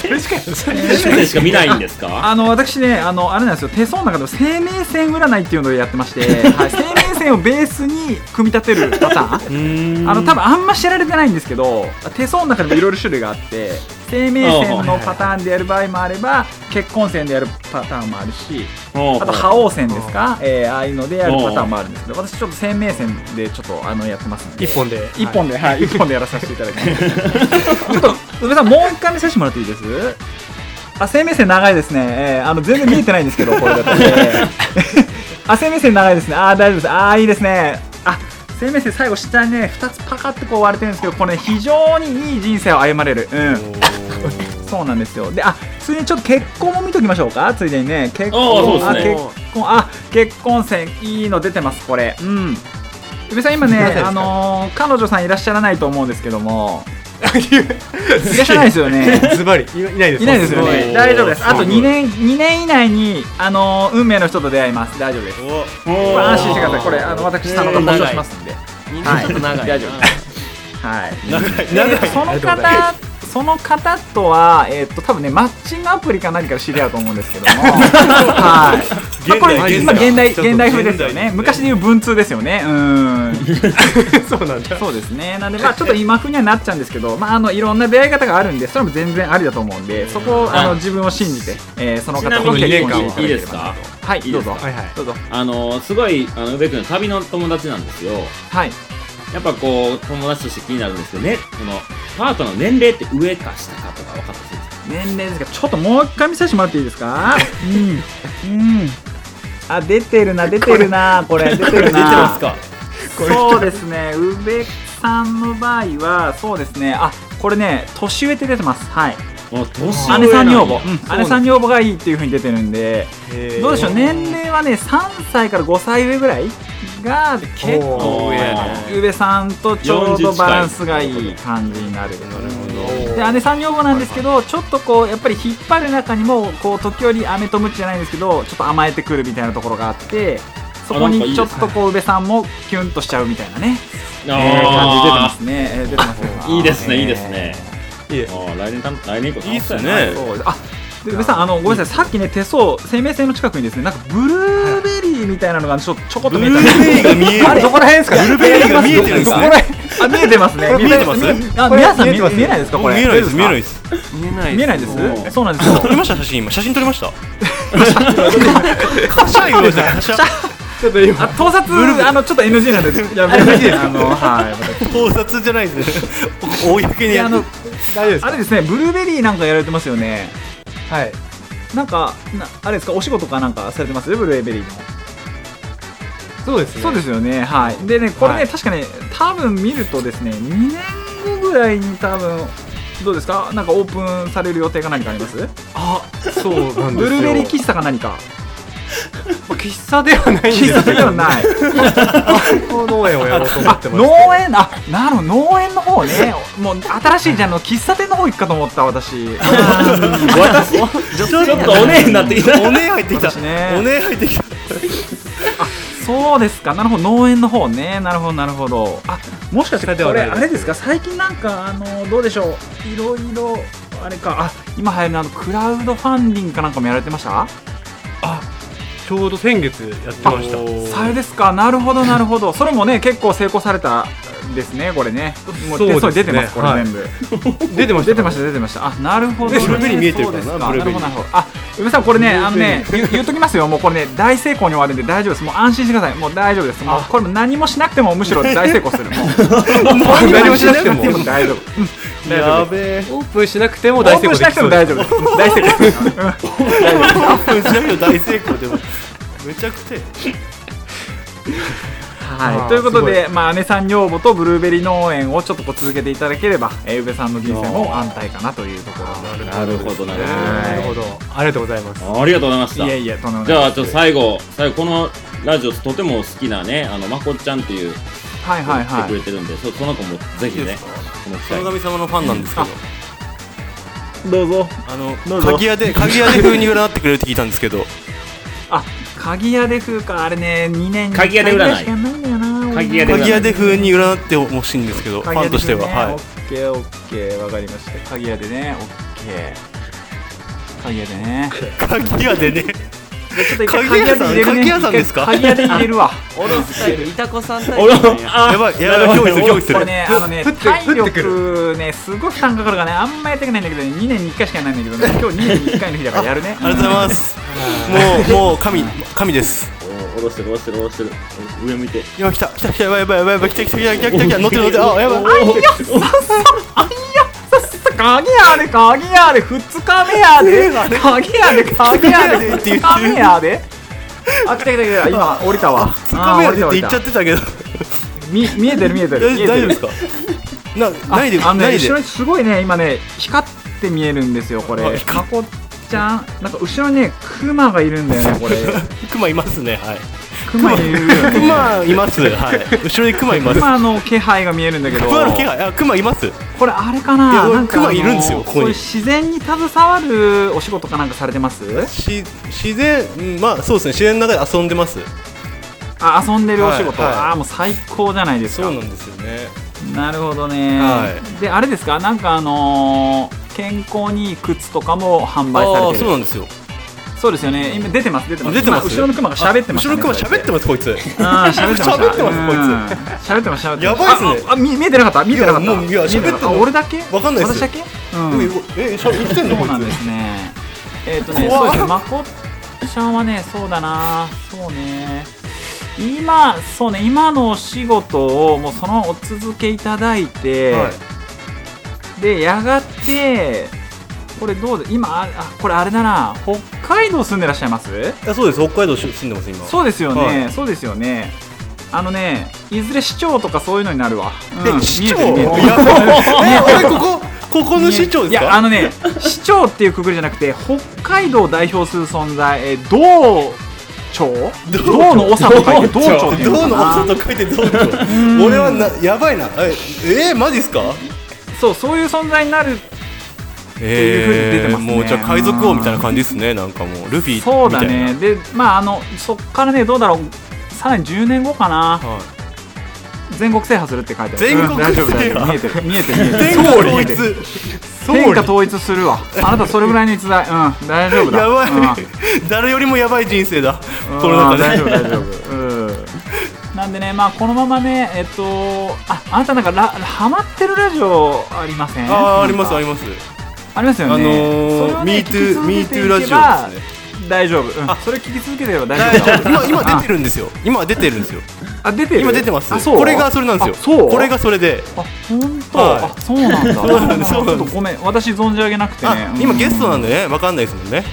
Speaker 6: 相しか見ないんですか
Speaker 5: あの私ねあのあれなんですよ手相の中でも生命線占いっていうのをやってまして、はい、生命線をベースに組み立てるパターンあの多分あんま知られてないんですけど手相の中でもいろいろ種類があって生命線のパターンでやる場合もあれば結婚線でやるパターンもあるし
Speaker 6: あ
Speaker 5: あと覇王線ですか、えーああいうのでやるパターンもあるんですけど私ちょっと生命線でちょっとあのやってますんで
Speaker 4: 一本で
Speaker 5: 一本で、はい、一本でやらさせていた だきます。ちょっと、宇部さん、もう一回見させてもらっていいですあ、生命線長いですね。えーあの、全然見えてないんですけ ど、これだと。えーあ、生命線長いですね。あー、大丈夫です。あー、いいですね。あ、生命線最後下にね、2つパカってこう割れてるんですけど、これ、ね、非常にいい人生を歩まれる。うん。そうなんですよ。で、あ、ついでにちょっと結婚も見ときましょうか。ついでにね、結婚、
Speaker 6: おーそ
Speaker 5: あ、
Speaker 6: うですね
Speaker 5: 結婚、あ、結婚線、いいの出てます、これ。うん。宇部さん今ね、あのー彼女さんいらっしゃらないと思うんですけども、いらっしゃらないですよね。
Speaker 4: ズバリいないです
Speaker 5: いないですよ
Speaker 4: ご
Speaker 5: ね。大丈夫です。あと2年、2年以内に、あのー運命の人と出会います。大丈夫です。これ安心してください。これ、あの、私、佐野が保証しますんで。
Speaker 2: みんなちょっと長い
Speaker 5: 大丈夫
Speaker 2: な
Speaker 5: はい。
Speaker 4: 長い
Speaker 5: でそ
Speaker 4: あ
Speaker 5: の
Speaker 4: りがとうござい
Speaker 5: 方、その方とは、えーっと、多分ね、マッチングアプリか何かで知り合うと思うんですけども。はい。まあ、これ、
Speaker 3: 現代
Speaker 5: 今、現代、
Speaker 3: ちょっと
Speaker 5: 現代風ですよ
Speaker 3: 現代です。
Speaker 5: ね
Speaker 3: ね
Speaker 5: 昔で言う文通ですよね。うん。
Speaker 4: そうなんだ
Speaker 5: そうですね。なんで、まあ、ちょっと今風にはなっちゃうんですけど、まあ、あの、いろんな出会い方があるんで、それも全然ありだと思うんで、そこを、あの、自分を信じて、えーその
Speaker 6: ち
Speaker 5: 方
Speaker 6: な
Speaker 5: と
Speaker 6: みに
Speaker 5: 結
Speaker 6: い
Speaker 5: 婚していた
Speaker 6: い
Speaker 5: だけ
Speaker 6: い
Speaker 5: れ
Speaker 6: です
Speaker 5: ばな
Speaker 6: か
Speaker 5: と。はい、どうぞ。
Speaker 4: はいはい
Speaker 5: どうぞ。
Speaker 6: あのすごいあの宇部君旅の友達なんですよ
Speaker 5: はい。
Speaker 6: やっぱこう友達として気になるんですけどねこのパートの年齢って上か下かとか分かったりするんですか
Speaker 5: 年齢ですが、ちょっともう一回見させてもらっていいですかうん。うん。あ、出てるな、出てるな、これ、出てるな。
Speaker 6: か
Speaker 5: そうですね、宇部さんの場合は、そうですね、あ、これね、年上って出てます。はい。
Speaker 6: もう年上
Speaker 5: 姉さん女房、
Speaker 6: なんや
Speaker 5: うん姉さん女房がいいっていうふうに出てるんで、どうでしょう年齢はね3歳から5歳上ぐらいが結構
Speaker 6: おー
Speaker 5: 上上さんとちょうどバランスがいい感じになるで姉さん女房なんですけどちょっとこうやっぱり引っ張る中にもこう時折飴とムチじゃないんですけどちょっと甘えてくるみたいなところがあってそこにちょっとこう上さんもキュンとしちゃうみたいなねえー感じ出てま
Speaker 6: あ
Speaker 5: すねえー出てます
Speaker 6: ーいいですねいいですね
Speaker 3: いえ
Speaker 6: ああ来年た来年以降
Speaker 3: いいっすね
Speaker 6: 楽し
Speaker 5: そうですあで宇部さんあのごめんなさいさっきね手相生命線の近くにですねなんかブルーベリーみたいなのがちょちょこっと見えたんです
Speaker 3: ーが見え
Speaker 5: あれどこら辺ですか
Speaker 3: ブルーベリーが見えてるんですね
Speaker 5: どこら辺あ見えてますね
Speaker 3: これ見えてます
Speaker 5: あ
Speaker 4: これ
Speaker 5: 皆さん見
Speaker 4: 見えてます
Speaker 5: 見えないですかこれ
Speaker 3: 見えないです見えないです
Speaker 2: 見えない
Speaker 5: 見えないで
Speaker 6: おう
Speaker 5: すそうなんですよ
Speaker 3: 撮りました写真今写真撮りましたカシャ言いましたカシャ
Speaker 4: ちょっと今
Speaker 5: あ盗撮あのちょっと NG なんでやめてほ しいですあのはい
Speaker 3: 盗撮じゃないですね公に
Speaker 5: で
Speaker 3: や
Speaker 5: あ
Speaker 3: る
Speaker 5: の
Speaker 4: 大丈夫です
Speaker 5: あ
Speaker 4: か
Speaker 5: れですねブルーベリーなんかやられてますよね
Speaker 4: はい
Speaker 5: なんかなあれですかお仕事かなんかされてますブルーベリーの
Speaker 4: そうですね
Speaker 5: そうですよね、はい、でね、これね、
Speaker 4: はい
Speaker 5: 確かね、多分見るとですね、2年後ぐらいに多分どうですか、なんかオープンされる予定が何かあります
Speaker 4: あそうなんです
Speaker 5: ブ
Speaker 4: よ
Speaker 5: ルーベリー喫茶か何か、
Speaker 4: まあ喫茶ではないんですけ
Speaker 5: 喫茶
Speaker 4: ど
Speaker 5: 店ではない、
Speaker 4: 観光農園をやろうと思ってまして
Speaker 5: 農園、あなるほど、農園の方ね、もう新しいじゃん、あの喫茶店の方行くかと思った、 私、
Speaker 6: みちょっとおねえになってきた
Speaker 3: おねえ入ってきた
Speaker 5: 私ね
Speaker 3: おねえ入ってき た
Speaker 5: そうですか、なるほど、農園の方ね、なるほど、なるほど、あもしかして
Speaker 4: 喫茶で
Speaker 5: こ
Speaker 4: は
Speaker 5: れ、
Speaker 4: ないです
Speaker 5: あれですか、最近なんか、あのどうでしょう、いろいろ、あれか、あ今流行るのあのクラウドファンディングかなんかもやられてました
Speaker 4: ちょうど先月やってました
Speaker 5: さよですかなるほどなるほどそれもね結構成功されたんですねこれねもう
Speaker 4: そうで
Speaker 5: 手
Speaker 4: すね
Speaker 5: 相に出てますこれ
Speaker 4: はい
Speaker 5: 全部、
Speaker 4: 出てました
Speaker 5: 出てました出てましたあなるほど、ね、
Speaker 3: ねブルーベリー見えてるからな
Speaker 5: そうですか
Speaker 3: ブルーベリー
Speaker 5: なるほどなるほどあ梅さんこれねあのね言う言っときますよもうこれね大成功に終わるんで大丈夫ですもう安心してくださいもう大丈夫ですもうこれも何もしなくてもむしろ大成功す るもうもう
Speaker 3: 何もしなくても
Speaker 5: 大丈夫
Speaker 3: やべえ
Speaker 4: オープンしなくても
Speaker 5: オー
Speaker 4: 大成
Speaker 5: プ
Speaker 4: 功
Speaker 5: ンし
Speaker 4: でき
Speaker 5: なくて
Speaker 4: そ
Speaker 5: も
Speaker 4: うで
Speaker 5: 大丈夫です大成功です
Speaker 3: オープンしなくても大成功でもめちゃくちゃや
Speaker 5: は
Speaker 4: あ
Speaker 5: い、
Speaker 4: ー
Speaker 5: ということ
Speaker 4: す
Speaker 5: で、まあ、姉さん女房とブルーベリー農園をちょっとこう続けていただければ、えー、宇部さんの人生も安泰かなというところで
Speaker 6: なるほどなる
Speaker 4: すなるほどありがとうございます
Speaker 6: ほどありがとうございました
Speaker 5: いえいえ、とんでもない
Speaker 6: じゃあちょっと最後最後このラジオとても好きなねあのまこっちゃんっていう
Speaker 5: はいはい
Speaker 6: 来て
Speaker 5: は
Speaker 6: く
Speaker 5: い
Speaker 6: れてるんで、そその子もぜひねこの機会
Speaker 3: 野
Speaker 6: に
Speaker 3: 神様のファンなんですけど
Speaker 5: どうぞ
Speaker 3: あの鍵屋で鍵屋で風に占ってくれるって聞いたんですけど
Speaker 5: あ鍵屋で風かあれね2年に
Speaker 6: 鍵屋で
Speaker 5: 一回
Speaker 6: 占い
Speaker 5: ぐらしかないんだよな
Speaker 6: 鍵屋で占い
Speaker 3: 鍵屋で風に占ってほしいんですけどファンとしてははい
Speaker 5: オッケーオッケーわかりました鍵屋でねオッケ ー鍵屋でね
Speaker 3: 鍵屋でね
Speaker 5: じゃあちょっと一回
Speaker 3: 鍵屋さん
Speaker 5: 入れるね
Speaker 3: 鍵屋さんですか
Speaker 5: 一回鍵屋で入れるわ
Speaker 2: オロスタイルいたこさんタイ
Speaker 6: お
Speaker 2: プ
Speaker 6: ら
Speaker 2: なんや
Speaker 6: あ
Speaker 3: やばいやばい憑依する憑依す
Speaker 5: これ
Speaker 3: る
Speaker 5: ね、あのね、
Speaker 4: 降って
Speaker 5: 体
Speaker 4: 降ってく
Speaker 5: 力ね、すごい負担かかるからね、あんまやってくないんだけどね、2年に1回しかやらないんだけどね、今日2年に1回の日だからやるね。
Speaker 3: ありがとうございますもうもう神神です
Speaker 6: お下ろしてる下ろしてる下ろしてる上向いて
Speaker 3: 今来た来た来たやばいやばいやばいやばい来た来た来た来た来た来た乗ってる乗ってるあやばい
Speaker 5: 鍵やで、鍵やで、2日目やで、鍵やで、鍵やで、2日目やで。あ、来た来た来た、今降りたわ。
Speaker 3: つかめやでって言っちゃ
Speaker 5: あー降りた降り
Speaker 3: ってたけど
Speaker 5: たみ見えてる見えてる。
Speaker 3: 大
Speaker 5: 見え
Speaker 3: 丈
Speaker 5: て
Speaker 3: 夫
Speaker 5: る
Speaker 3: ですか なないで
Speaker 5: あの
Speaker 3: な
Speaker 5: ね、
Speaker 3: い
Speaker 5: 後
Speaker 3: で
Speaker 5: ろにすごいね、今ね、光って見えるんですよ、これ。
Speaker 3: あ
Speaker 5: まこちゃん、なんか後ろにね、クマがいるんだよね、これ。
Speaker 3: クマいますねはい
Speaker 5: クマいるよ
Speaker 3: ク
Speaker 5: ね。
Speaker 3: マい ますはい 後ろにクマいます
Speaker 5: 熊の気配が見えるんだけど
Speaker 3: クマの気配あクマいます
Speaker 5: これあれかない
Speaker 3: や俺
Speaker 5: なんかあの
Speaker 3: 熊いるんですよここに
Speaker 5: そういう自然に携わるお仕事かなんかされてます
Speaker 3: し自然うんまあそうですね自然の中で遊んでます
Speaker 5: あ遊んでるお仕事、
Speaker 3: はいはい
Speaker 5: ああもう最高じゃないです
Speaker 3: そ
Speaker 5: か
Speaker 3: うなんですよね
Speaker 5: なるほどね、
Speaker 3: は
Speaker 5: であれですかなんかあのー健康にいい靴とかも販売さ
Speaker 3: あ
Speaker 5: れ
Speaker 3: あ
Speaker 5: て
Speaker 3: そう
Speaker 5: る
Speaker 3: なんですよ
Speaker 5: そうですよね今出てます出てます
Speaker 3: 出てます
Speaker 5: 今後ろのクマが喋ってました、
Speaker 3: 後ろ
Speaker 5: ね、
Speaker 3: のクマ喋ってますこいつ
Speaker 5: ます喋って ました
Speaker 3: 喋ってます
Speaker 5: す喋ってます喋ってます
Speaker 3: やばいっすね
Speaker 5: あああ見見えてなかった見えてなかった
Speaker 3: いやもういや
Speaker 5: 見えなか
Speaker 3: 喋ってんの
Speaker 5: あ俺だけ
Speaker 3: わかんないっす
Speaker 5: 私だけうん
Speaker 3: え喋ってんの
Speaker 5: そ
Speaker 3: こ
Speaker 5: うなんで
Speaker 3: い
Speaker 5: すね。えっ、とね、そう
Speaker 3: 怖っ
Speaker 5: ですね、まこっちゃんはね、そうだな、そうね。今、そうね、今のお仕事をもうそのままお続けいただいて、
Speaker 3: つはい
Speaker 5: で、やがて、これどうで、今、あ、あこれあれだな、北海道住んでらっしゃいます
Speaker 3: あそうです北海道し住んでます今
Speaker 5: そうですよね、
Speaker 3: は
Speaker 5: そうですよね。あのね、いずれ市長とかそういうのになるわ。う
Speaker 3: え
Speaker 5: ん
Speaker 3: 市長
Speaker 5: 見えてる見えてる
Speaker 3: やばいえ俺ここここの市長です
Speaker 5: いやあ
Speaker 3: か
Speaker 5: のね市長っていうくくりじゃなくて北海道を代表する存在、えー、道長
Speaker 3: 道長
Speaker 5: 道の長と書いて道長っていう
Speaker 3: どう
Speaker 5: のか
Speaker 3: の細
Speaker 5: な
Speaker 3: と書いてどうの俺はなやばいなええー、マジっすか
Speaker 5: そうそういう存在になるいうふうに出てますね
Speaker 3: もうじゃあ海賊王みたいな感じですねなんかもうルフィみたいな
Speaker 5: そうだねでまああのそっからねどうだろうさらに10年後かな
Speaker 3: は全国制覇
Speaker 5: 全国制覇するって書いてあるうん大丈夫大丈夫見えてる見えてる見えてる
Speaker 3: 全国統一
Speaker 5: そう天下統一するわあなたそれぐらいの逸材うん大丈夫だ
Speaker 3: やばい、
Speaker 5: うん
Speaker 3: 誰よりもやばい人生だ、
Speaker 5: うん
Speaker 3: この中で
Speaker 5: 大丈夫大丈夫うんなんでねまあこのままねえっとああなたなんかラハマってるラジオありませ
Speaker 3: あ
Speaker 5: ん
Speaker 3: あーありますあ
Speaker 5: あり
Speaker 3: ります、
Speaker 5: ありますよ
Speaker 3: あの
Speaker 5: ねそれを
Speaker 3: ー「
Speaker 5: ね
Speaker 3: MeToo、
Speaker 5: 聞き
Speaker 3: MeToo
Speaker 5: 続
Speaker 3: ラ
Speaker 5: けていけ
Speaker 3: ジ
Speaker 5: ば
Speaker 3: オ」ですね
Speaker 5: 大丈夫、うん、それ聞き続けてれば大
Speaker 3: 大
Speaker 5: 丈
Speaker 3: 丈
Speaker 5: 夫
Speaker 3: 夫今今出てるんですよ今出てるんですよ
Speaker 5: あ出てる
Speaker 3: 今出てます
Speaker 5: あそう
Speaker 3: これがそれなんですよ
Speaker 5: あそう
Speaker 3: これがそれで
Speaker 5: あ本当、
Speaker 3: はい
Speaker 5: あそうなんだ
Speaker 3: そうなんです
Speaker 5: あ
Speaker 3: そう
Speaker 5: ち
Speaker 3: な
Speaker 5: ょっ
Speaker 3: ん
Speaker 5: と
Speaker 3: です
Speaker 5: ごめん私存じ上げなくてね
Speaker 3: あ今ゲストなん
Speaker 5: で
Speaker 3: でね分かんないですもんね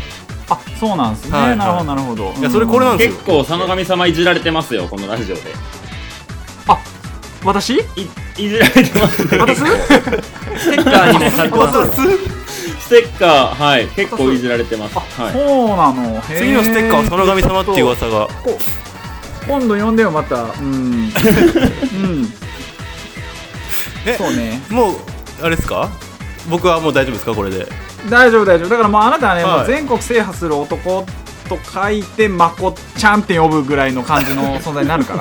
Speaker 5: あそうなんですね、
Speaker 3: はいはい
Speaker 5: なるほどなるほど
Speaker 3: いやそれこれなんですよ
Speaker 6: 結構佐野神様いじられてますよこのラジオで
Speaker 5: あ私
Speaker 6: いいじられてます ね
Speaker 5: 私
Speaker 6: ステッカーにね貼ってます
Speaker 3: 私
Speaker 6: ステッカーはい結構いじられてますはい
Speaker 5: そうなの
Speaker 3: 次のステッカーはその神様っていう
Speaker 5: わ
Speaker 3: 噂が
Speaker 5: 今度読んでよまたうん うん
Speaker 3: え
Speaker 5: そうね
Speaker 3: もうあれですか僕はもう大丈夫ですかこれで
Speaker 5: 大丈夫大丈夫だからもうあなたはね、
Speaker 3: はい
Speaker 5: もう全国制覇する男と書いてまこちゃんって呼ぶぐらいの感じの存在になるか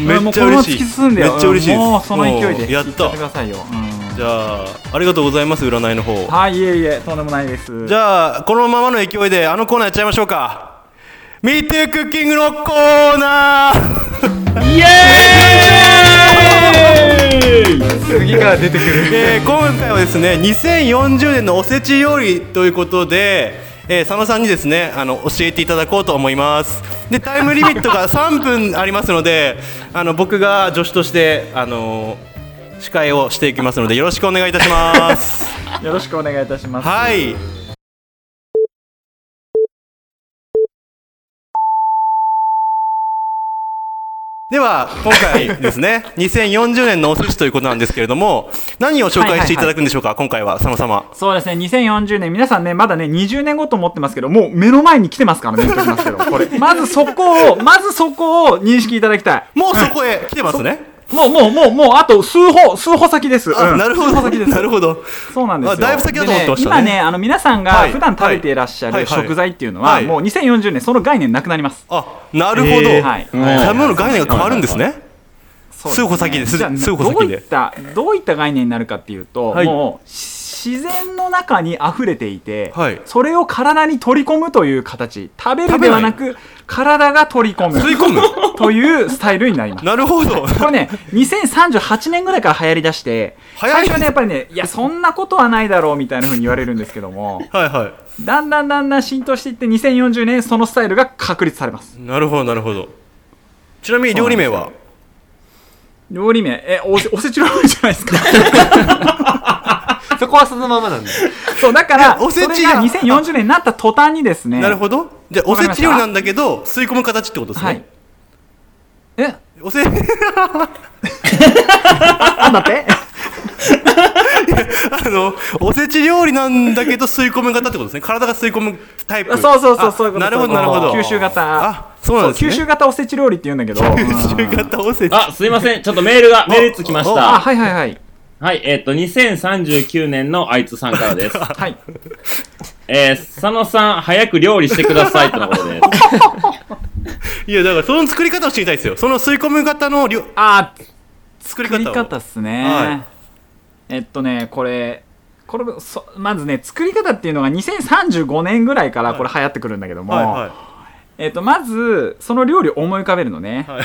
Speaker 3: めっちゃ
Speaker 5: もうこのまま
Speaker 3: 嬉しい
Speaker 5: 突き進んでよ
Speaker 3: めっちゃ嬉しいです
Speaker 5: うんもうその勢い
Speaker 3: も
Speaker 5: で
Speaker 3: うやった
Speaker 5: 行ちゃってくださいよ、
Speaker 3: じゃあありがとうございます占いの方
Speaker 5: うんはいいえいえとんでもないです
Speaker 3: じゃあこのままの勢いであのコーナーやっちゃいましょうか「ミートゥークッキング」のコーナー
Speaker 6: イエーイ
Speaker 4: 次から出てく る
Speaker 3: えー今回はですね2040年のおせち料理ということで、えー佐野さんにですねあの教えていただこうと思いますでタイムリミット が3分ありますのであの僕が助手としてあの司会をしていきますのでよろしくお願いいたします
Speaker 5: よろしくお願いいたします
Speaker 3: はいでは今回です ね2040年のお寿司ということなんですけれども何を紹介していただくんでしょうか、今回は佐野様
Speaker 5: そうですね2040年皆さんねまだね20年後と思ってますけどもう目の前に来てますからね言っときますけどこれ まずそこをまずそこを認識いただきたい
Speaker 3: もうそこへ来てますね、
Speaker 5: もうもうもうもうあと数歩数歩先です、
Speaker 3: あ
Speaker 5: うん
Speaker 3: なるほ
Speaker 5: 数
Speaker 3: ど
Speaker 5: 歩先です
Speaker 3: なるほど
Speaker 5: そうなんですよ
Speaker 3: あだいぶ先だと思ってましたね
Speaker 5: で今ねあの皆さん
Speaker 3: は
Speaker 5: が
Speaker 3: い
Speaker 5: 普段食べていらっしゃ
Speaker 3: はい
Speaker 5: る
Speaker 3: はい
Speaker 5: 食材っていうのは、
Speaker 3: はい
Speaker 5: もう2040年その概念なくなります、
Speaker 3: あなるほど、
Speaker 5: えーはい
Speaker 3: 食べ物の概念が変わるんですね、
Speaker 5: そう
Speaker 3: 数歩先です
Speaker 5: じゃあ
Speaker 3: 数歩先で
Speaker 5: どういったどういった概念になるかっていうと、
Speaker 3: はい
Speaker 5: もうし自然の中に溢れていて、
Speaker 3: はい
Speaker 5: それを体に取り込むという形食べるではなく体が取り込む
Speaker 3: 吸い込む
Speaker 5: というスタイルになります
Speaker 3: なるほど
Speaker 5: これね、2038年ぐらいから流行りだして、
Speaker 3: 流行り
Speaker 5: 最初はね、やっぱりね、いや、そんなことはないだろうみたいな風に言われるんですけども、
Speaker 3: はいは
Speaker 5: だんだんだんだん浸透していって、2040年、そのスタイルが確立されます。
Speaker 3: いなるほどなるほどちなみに料理名は
Speaker 5: 料理名、え、おせおせち料理じゃないですか。
Speaker 4: そこはそのままなんで
Speaker 5: そう、だから、
Speaker 3: おせち
Speaker 5: それが2040年になった途端にですね、
Speaker 3: なるほどじゃあお
Speaker 5: わ
Speaker 3: せ
Speaker 5: かりました
Speaker 3: ち料理なんだけど吸い込む形ってことですね、
Speaker 5: はい。え、
Speaker 3: おせ
Speaker 5: あんだって
Speaker 3: あのおせち料理なんだけど吸い込む型ってことですね体が吸い込むタイプ
Speaker 5: そうそうそう、
Speaker 3: あ
Speaker 5: そういうこと
Speaker 3: なるほど
Speaker 5: そう
Speaker 3: な
Speaker 5: いう
Speaker 3: る
Speaker 5: こ
Speaker 3: ほ
Speaker 5: と
Speaker 3: ど
Speaker 5: 吸収型。
Speaker 3: あそうなんですね
Speaker 5: 吸収型おせち料理って言うんだけど。
Speaker 3: 吸収型おせち
Speaker 6: あすいませんちょっとメールがメールつきまし
Speaker 5: あ、
Speaker 6: た
Speaker 5: はいはいはい。
Speaker 6: はいえっと2039年のあいつさんからです
Speaker 5: はい。
Speaker 6: えー佐野さん早く料理してくださいとのことです
Speaker 3: いやだからその作り方を知りたいですよその吸い込む型のりょ
Speaker 5: あー、
Speaker 3: 作り
Speaker 5: 作
Speaker 3: 方
Speaker 5: り
Speaker 3: を
Speaker 5: 方っすね、
Speaker 3: は
Speaker 5: えっとねこれこれそまずね作り方っていうのが2035年ぐらいからこれ流行ってくるんだけども、
Speaker 3: はいは
Speaker 5: えっとまずその料理を思い浮かべるのね、
Speaker 3: はい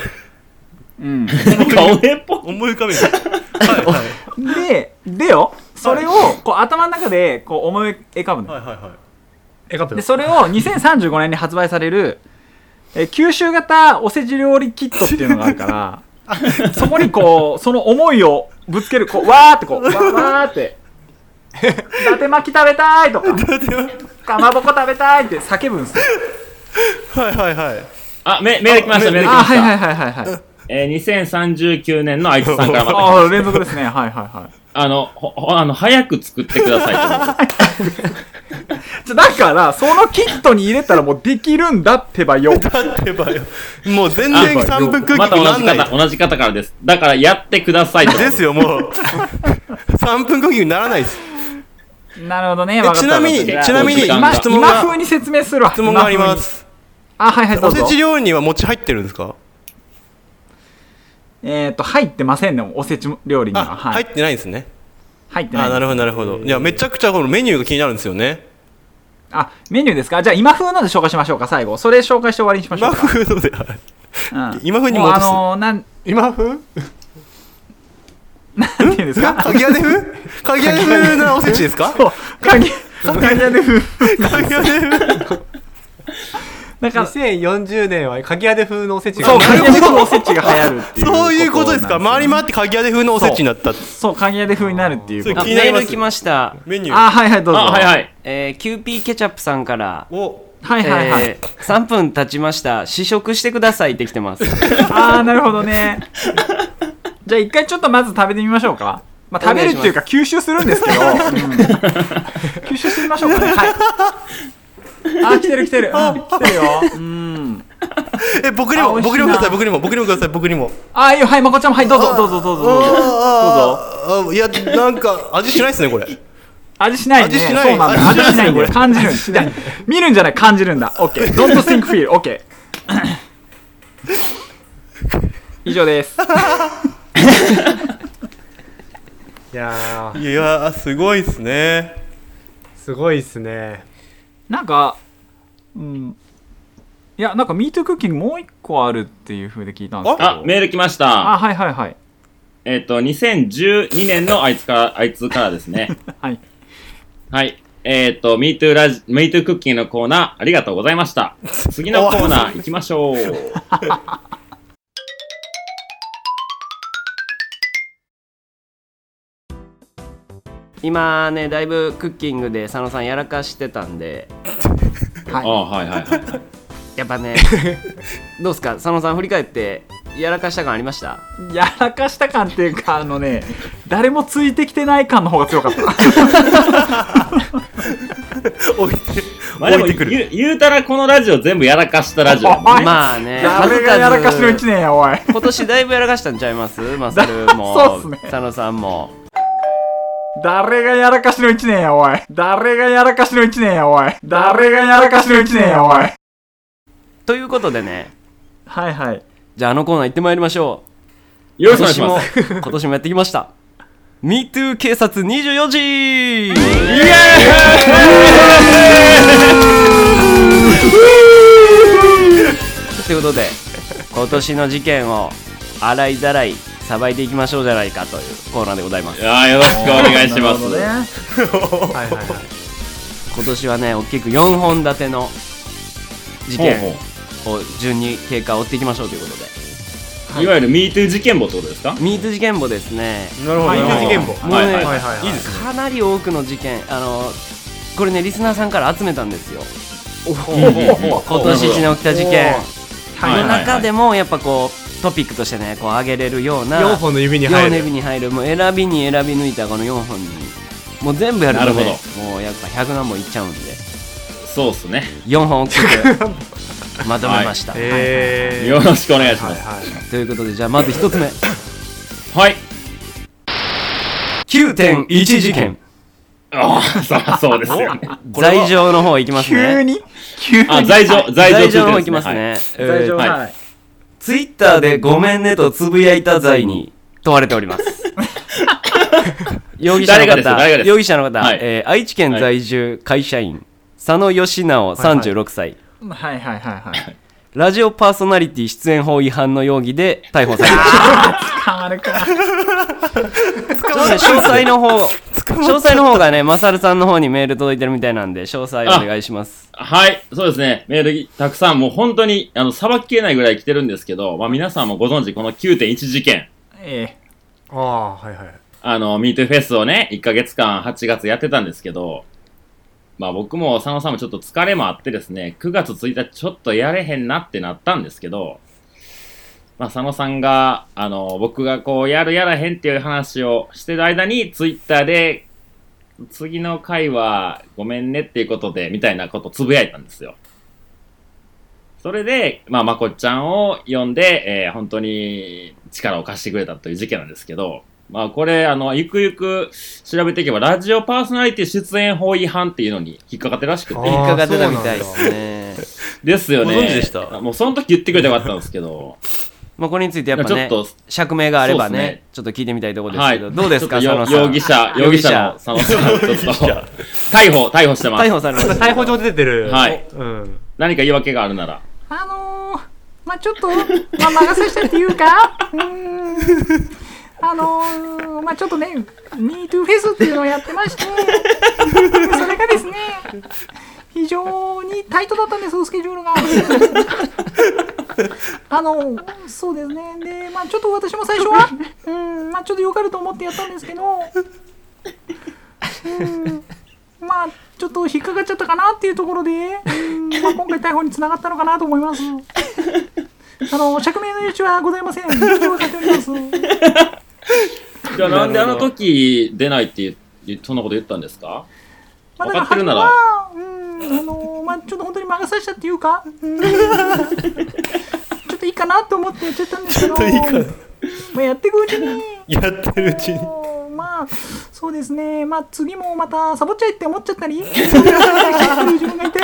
Speaker 5: うん、
Speaker 6: なんか俺っぽ
Speaker 3: い思い浮かべるはいはい
Speaker 5: ででよそれをこう頭の中でこう思い浮かぶの、
Speaker 3: はいはいはい
Speaker 4: えかった
Speaker 5: でそれを2035年に発売されるえー九州型おせち料理キットっていうのがあるから そこにこうその思いをぶつけるこうわーってこうわーわーって伊達巻き食べたいとかかまぼこ食べたいって叫ぶんですよ
Speaker 3: はいはいはい
Speaker 6: あメメール来ましたメール来
Speaker 5: あ
Speaker 6: ま
Speaker 5: はいはい
Speaker 6: した
Speaker 5: はいはいはい
Speaker 6: えー2039年のあいつさんからまた
Speaker 5: あー連続ですねはいはいはい
Speaker 6: あのほほあの早く作ってくださいとのこ とです
Speaker 5: じゃだからそのキットに入れたらもうできるんだってばよ
Speaker 3: だってばよもう全然3分空
Speaker 6: ま
Speaker 3: 気
Speaker 6: た
Speaker 3: に
Speaker 6: 同
Speaker 3: な
Speaker 6: じ
Speaker 3: んない
Speaker 6: 方同じ方からですだからやってくださいと
Speaker 3: ですよもう 3分空気にならないです
Speaker 5: なるほどね
Speaker 3: え
Speaker 5: わかった
Speaker 3: ちなみに
Speaker 5: わかった
Speaker 3: ちなみに
Speaker 6: 時間
Speaker 5: 今
Speaker 6: が
Speaker 3: 質問が
Speaker 5: 今風に説明するわ
Speaker 3: 質問があります
Speaker 5: 今風にあはいはいど
Speaker 3: お
Speaker 5: うぞ
Speaker 3: せち料理には餅入ってるんですか
Speaker 5: えっ、と、入ってませんね、おせち料理に
Speaker 3: あ
Speaker 5: は。はい。
Speaker 3: 入ってないんですね
Speaker 5: 入ってない
Speaker 3: あなるほどなるほどいやめちゃくちゃこのメニューが気になるんですよね
Speaker 5: あメニューですかじゃあ今風ので紹介しましょうか最後それ紹介して終わりにしましょ
Speaker 3: 今
Speaker 5: うか
Speaker 3: 風のではい
Speaker 5: うん
Speaker 3: 今風に戻す
Speaker 5: もうあのーなん
Speaker 4: 今風
Speaker 5: なんていうんですか
Speaker 3: 鍵屋で風鍵屋で風なおせちですか
Speaker 5: そう鍵鍵屋で風
Speaker 3: 鍵屋で風
Speaker 5: なんか
Speaker 4: 2040年は鍵屋で風のおせちが
Speaker 5: そう鍵屋で風のおせちが流行るっていう
Speaker 3: そういうことですか
Speaker 5: なん
Speaker 3: 回り回って鍵屋で風のおせちになった
Speaker 5: そう鍵屋で風になるっていう
Speaker 3: そ
Speaker 5: こ
Speaker 3: う
Speaker 5: と
Speaker 2: あ
Speaker 3: 気に
Speaker 2: メ
Speaker 3: なり
Speaker 2: ー
Speaker 3: ます
Speaker 2: ル来ました、
Speaker 3: メニュー
Speaker 5: あはいはいどうぞ
Speaker 1: あ、はいはい。
Speaker 2: えー、キューピーケチャップさんから
Speaker 3: を
Speaker 5: はいはいはい、
Speaker 2: えー3分経ちました試食してくださいってきてます
Speaker 5: ああなるほどねじゃあ一回ちょっとまず食べてみましょうかまあ食べるっていうか吸収するんですけど、うん吸収してみましょうかねはいあー来てる来てる、うん、来てるようん
Speaker 3: え僕に
Speaker 5: あ
Speaker 3: も
Speaker 5: 美味しい
Speaker 3: 僕に
Speaker 5: な
Speaker 3: もください僕にも僕にもください僕にも
Speaker 5: あーいいよはいまこちゃんもはいどうぞどうぞどうぞどうぞ
Speaker 3: あーあーいやなんか味しないですねこれ
Speaker 5: 味しないね
Speaker 3: 味しない
Speaker 5: そうなんだ
Speaker 3: 味
Speaker 5: 味
Speaker 3: しない
Speaker 5: しないんだよ感じるんだいや見るんじゃない感じるんだ OK don't think feel OK 以上です
Speaker 4: いやー
Speaker 3: いやーすごいですね
Speaker 4: すごいですね
Speaker 5: なんか、うん、いや、なんか、ミートクッキングもう一個あるっていう風で聞いたんですけど。
Speaker 1: あ、メール来まし
Speaker 5: あ
Speaker 1: た。
Speaker 5: はいはいはい。
Speaker 1: えっと、2012年のあいつから、あいつからですね。
Speaker 5: はい。
Speaker 1: はい。えっと、MeToo ラジ、MeToo クッキーのコーナー、ありがとうございました。次のコーナー行きましょう。
Speaker 2: 今ねだいぶクッキングで佐野さんやらかしてたんで
Speaker 1: あ、はいはいはい。
Speaker 2: やっぱ ねどうすか佐野さん振り返ってやらかした感ありました
Speaker 5: やらかした感っていうか、あのね、誰もついてきてない感の方が強かった。
Speaker 3: 置いて
Speaker 1: まあでも
Speaker 3: 置いてくる
Speaker 1: 言う言うたらこのラジオ全部やらかしたラジオなんで
Speaker 5: あい
Speaker 2: まあね
Speaker 5: 誰がやらかしてる一年や、おい。
Speaker 2: 今年だいぶやらかしたんちゃいますマサルも
Speaker 5: そうっすね
Speaker 2: 佐野さんも
Speaker 5: 誰がやらかしてる一年や、おい。誰がやらかしてる一年や、おい。誰がやらかしてる一年や、おい。
Speaker 2: ということでね
Speaker 5: はいはい。
Speaker 2: じゃああのコーナー行ってまいりましょう
Speaker 1: よろしくお願いします。
Speaker 2: 今年も 今年もやってきました MeToo 警察24時ということで今年の事件を洗いざらいさばいていきましょうじゃないかというコーナーでございます
Speaker 1: いやーよろしくお願いします。
Speaker 5: なる
Speaker 4: はいはいはい
Speaker 2: 今年はね大きく4本立ての事件
Speaker 1: ほう
Speaker 2: を順に経過を追っていきましょうということで
Speaker 1: ほういわゆる MeToo 事件簿ってことですか
Speaker 2: MeToo 事件簿ですね
Speaker 3: なるほど
Speaker 4: はい
Speaker 3: なるほ
Speaker 4: 事
Speaker 3: ど
Speaker 4: 件簿
Speaker 2: もうね、
Speaker 1: はい
Speaker 4: はいはい
Speaker 3: いいですね
Speaker 2: かなり多くの事件あのこれねリスナーさんから集めたんですよ今年一年起きた事件
Speaker 5: ほど
Speaker 2: の
Speaker 1: はいはい
Speaker 2: 中でもやっぱこうトピックとしてねこう上げれるような
Speaker 4: 4本の指に入
Speaker 2: 4
Speaker 4: る
Speaker 2: 指に入るもう選びに選び抜いたこの4本にもう全部やると
Speaker 1: なる
Speaker 2: ね
Speaker 1: ほ
Speaker 2: もうやっぱ100何本いっちゃうんで
Speaker 1: そうっすね。
Speaker 2: 4本大きくまとめました、
Speaker 4: えー
Speaker 1: よろしくお願いします。
Speaker 4: はいはい
Speaker 2: ということでじゃあまず1つ目
Speaker 1: はい。
Speaker 2: 9.1事件
Speaker 1: ああ、そりゃそうですよね。
Speaker 2: 罪状の方いきますね
Speaker 5: 急に急に
Speaker 1: あ、罪状、罪状
Speaker 2: 罪
Speaker 1: ついて
Speaker 2: 状の
Speaker 1: る
Speaker 2: 方
Speaker 1: ん
Speaker 2: いきます
Speaker 1: はい
Speaker 2: ね
Speaker 5: 大丈夫
Speaker 1: はい
Speaker 5: はい。
Speaker 2: ツイッターでごめんねとつぶやいた罪に 問われております。容疑者の
Speaker 1: 誰がです誰が
Speaker 2: 方、
Speaker 1: です
Speaker 2: 容疑者の方、
Speaker 1: はい
Speaker 2: えー愛知県在住、会社員、佐野義直36歳、
Speaker 5: はいはいはいはい。
Speaker 2: ラジオパーソナリティ出演法違反の容疑で逮捕されま した。
Speaker 5: 変わるか。
Speaker 2: ちょっとね詳細の方、詳細の方がね、マサルさんの方にメール届いてるみたいなんで、詳細お願いします。
Speaker 1: はい、そうですね。メールたくさん、もう本当に、あの、さばききれないぐらい来てるんですけど、まあ皆さんもご存知、この9.1事件。
Speaker 5: え
Speaker 4: ああはいはい
Speaker 1: あの、MeToo フェスをね、1ヶ月間8月やってたんですけど、まあ僕も佐野さんもちょっと疲れもあってですね、9月1日ちょっとやれへんなってなったんですけど、まあ佐野さんが、あの、僕がこう、やるやらへんっていう話をしてる間に、ツイッターで、次の回はごめんねっていうことで、みたいなことつぶやいたんですよ。それで、まあ、まこっちゃんを呼んで、えー本当に力を貸してくれたという事件なんですけど、まあ、これ、あの、ゆくゆく調べていけば、ラジオパーソナリティ出演法違反っていうのに引っかかってるらしく
Speaker 4: あ
Speaker 1: て、
Speaker 2: 引っかかってた
Speaker 4: あー
Speaker 2: みたいですね。
Speaker 1: ですよね。
Speaker 3: ご存知でした
Speaker 1: もうその時言ってくれてよかったんですけど、
Speaker 2: まあ、これについてやっぱね
Speaker 1: ちょっと
Speaker 2: 釈明があれば
Speaker 1: そ
Speaker 2: ね
Speaker 1: うっすね
Speaker 2: ちょっと聞いてみたいところです
Speaker 1: は
Speaker 2: け
Speaker 1: い、
Speaker 2: ど、どうですか
Speaker 1: ち
Speaker 2: 佐
Speaker 1: ょ
Speaker 2: 野
Speaker 1: っと
Speaker 2: さん
Speaker 1: よ容疑 者、
Speaker 2: 容
Speaker 1: 容
Speaker 2: 疑
Speaker 1: 疑
Speaker 2: 者
Speaker 1: 者の佐野さん、 ちょっと逮捕、逮捕してます。
Speaker 2: 逮捕されました
Speaker 4: 逮捕状出てる。
Speaker 1: はい
Speaker 4: うん。
Speaker 1: 何か言い訳があるなら。
Speaker 5: あのー、まあちょっと、まあ任せしたっていうか、うーん、あのー、まあちょっとね、MeToo フェスっていうのをやってまして、それがですね、非常にタイトだったんです、スケジュールが。あのそうですね、で、まあちょっと私も最初は、うん、まあちょっとよかると思ってやったんですけど、うん、まあちょっと引っかかっちゃったかなっていうところで、うんまあ、今回逮捕につながったのかなと思 います。あの釈明の余地はございません。承知しております。
Speaker 1: じゃあなんであの時出ないって言うそんなこと言ったんですか
Speaker 5: まあ、
Speaker 1: 分かってるなら
Speaker 5: はうん、あのまあ、ちょっと本当に任させたっていうか、うんちょっといいかなと思ってやっちゃったんですけど、まあ、やっていくうちに、
Speaker 3: やってるうちに
Speaker 5: もうまあ、そうですね、まあ、次もまたサボっちゃいって思っちゃったり、 そういうことしてる自分がいて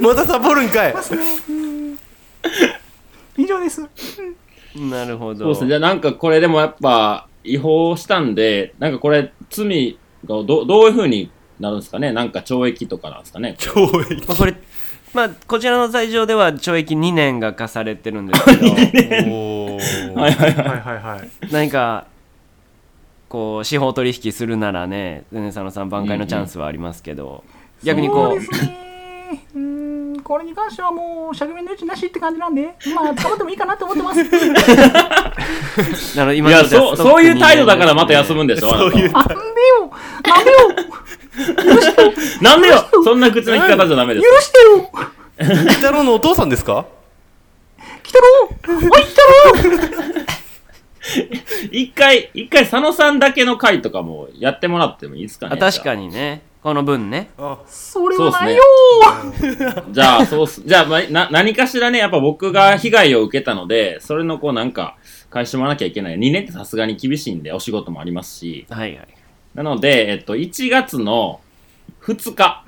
Speaker 3: またサボるんかい
Speaker 5: ますね。うん以上です。
Speaker 2: なるほど
Speaker 1: そうですね。じゃあなんかこれでもやっぱ違法したんで、なんかこれ罪がどどういうふうになるんですかねなんか懲役とかなんですかね
Speaker 3: 懲役
Speaker 2: まあ、これ、まあ、こちらの罪状では懲役2年が課されてるんです けど
Speaker 3: おー
Speaker 4: はいはいはい。
Speaker 2: 何かこう司法取引するならね全然佐野さん挽回のチャンスはありますけど、逆に
Speaker 5: そ
Speaker 2: こ
Speaker 5: う
Speaker 2: う
Speaker 5: ですね。うーん、これに関してはもう、釈明の余地なしって感じなんで、 まあ、捕まってもいいかなと思ってます。
Speaker 2: なので
Speaker 1: い
Speaker 2: 今の
Speaker 1: や、
Speaker 2: ところ
Speaker 1: そう、
Speaker 2: ストッ
Speaker 1: そ
Speaker 2: ク
Speaker 1: う
Speaker 2: に
Speaker 1: いう態度だからまた休むんでしょあなた
Speaker 5: なんでよ
Speaker 1: な
Speaker 5: なんでよ
Speaker 1: んでよそんな口の聞き方じゃダメです。
Speaker 5: 許してよ
Speaker 3: 鬼太郎のお父さんですか
Speaker 5: 来たろおい来たろ
Speaker 1: 一回、一回佐野さんだけの回とかもやってもらってもいいですか
Speaker 2: あ
Speaker 1: ね
Speaker 2: 確かにねこの分ね
Speaker 5: それはないよ
Speaker 1: じゃあ、そうす、 じゃあ、まな、何かしらね、やっぱ僕が被害を受けたので、それのこうなんか、返してもらわなきゃいけない。2年ってさすがに厳しいんで、お仕事もありますし。
Speaker 2: はいはい
Speaker 1: なので、えっと、1月の2日、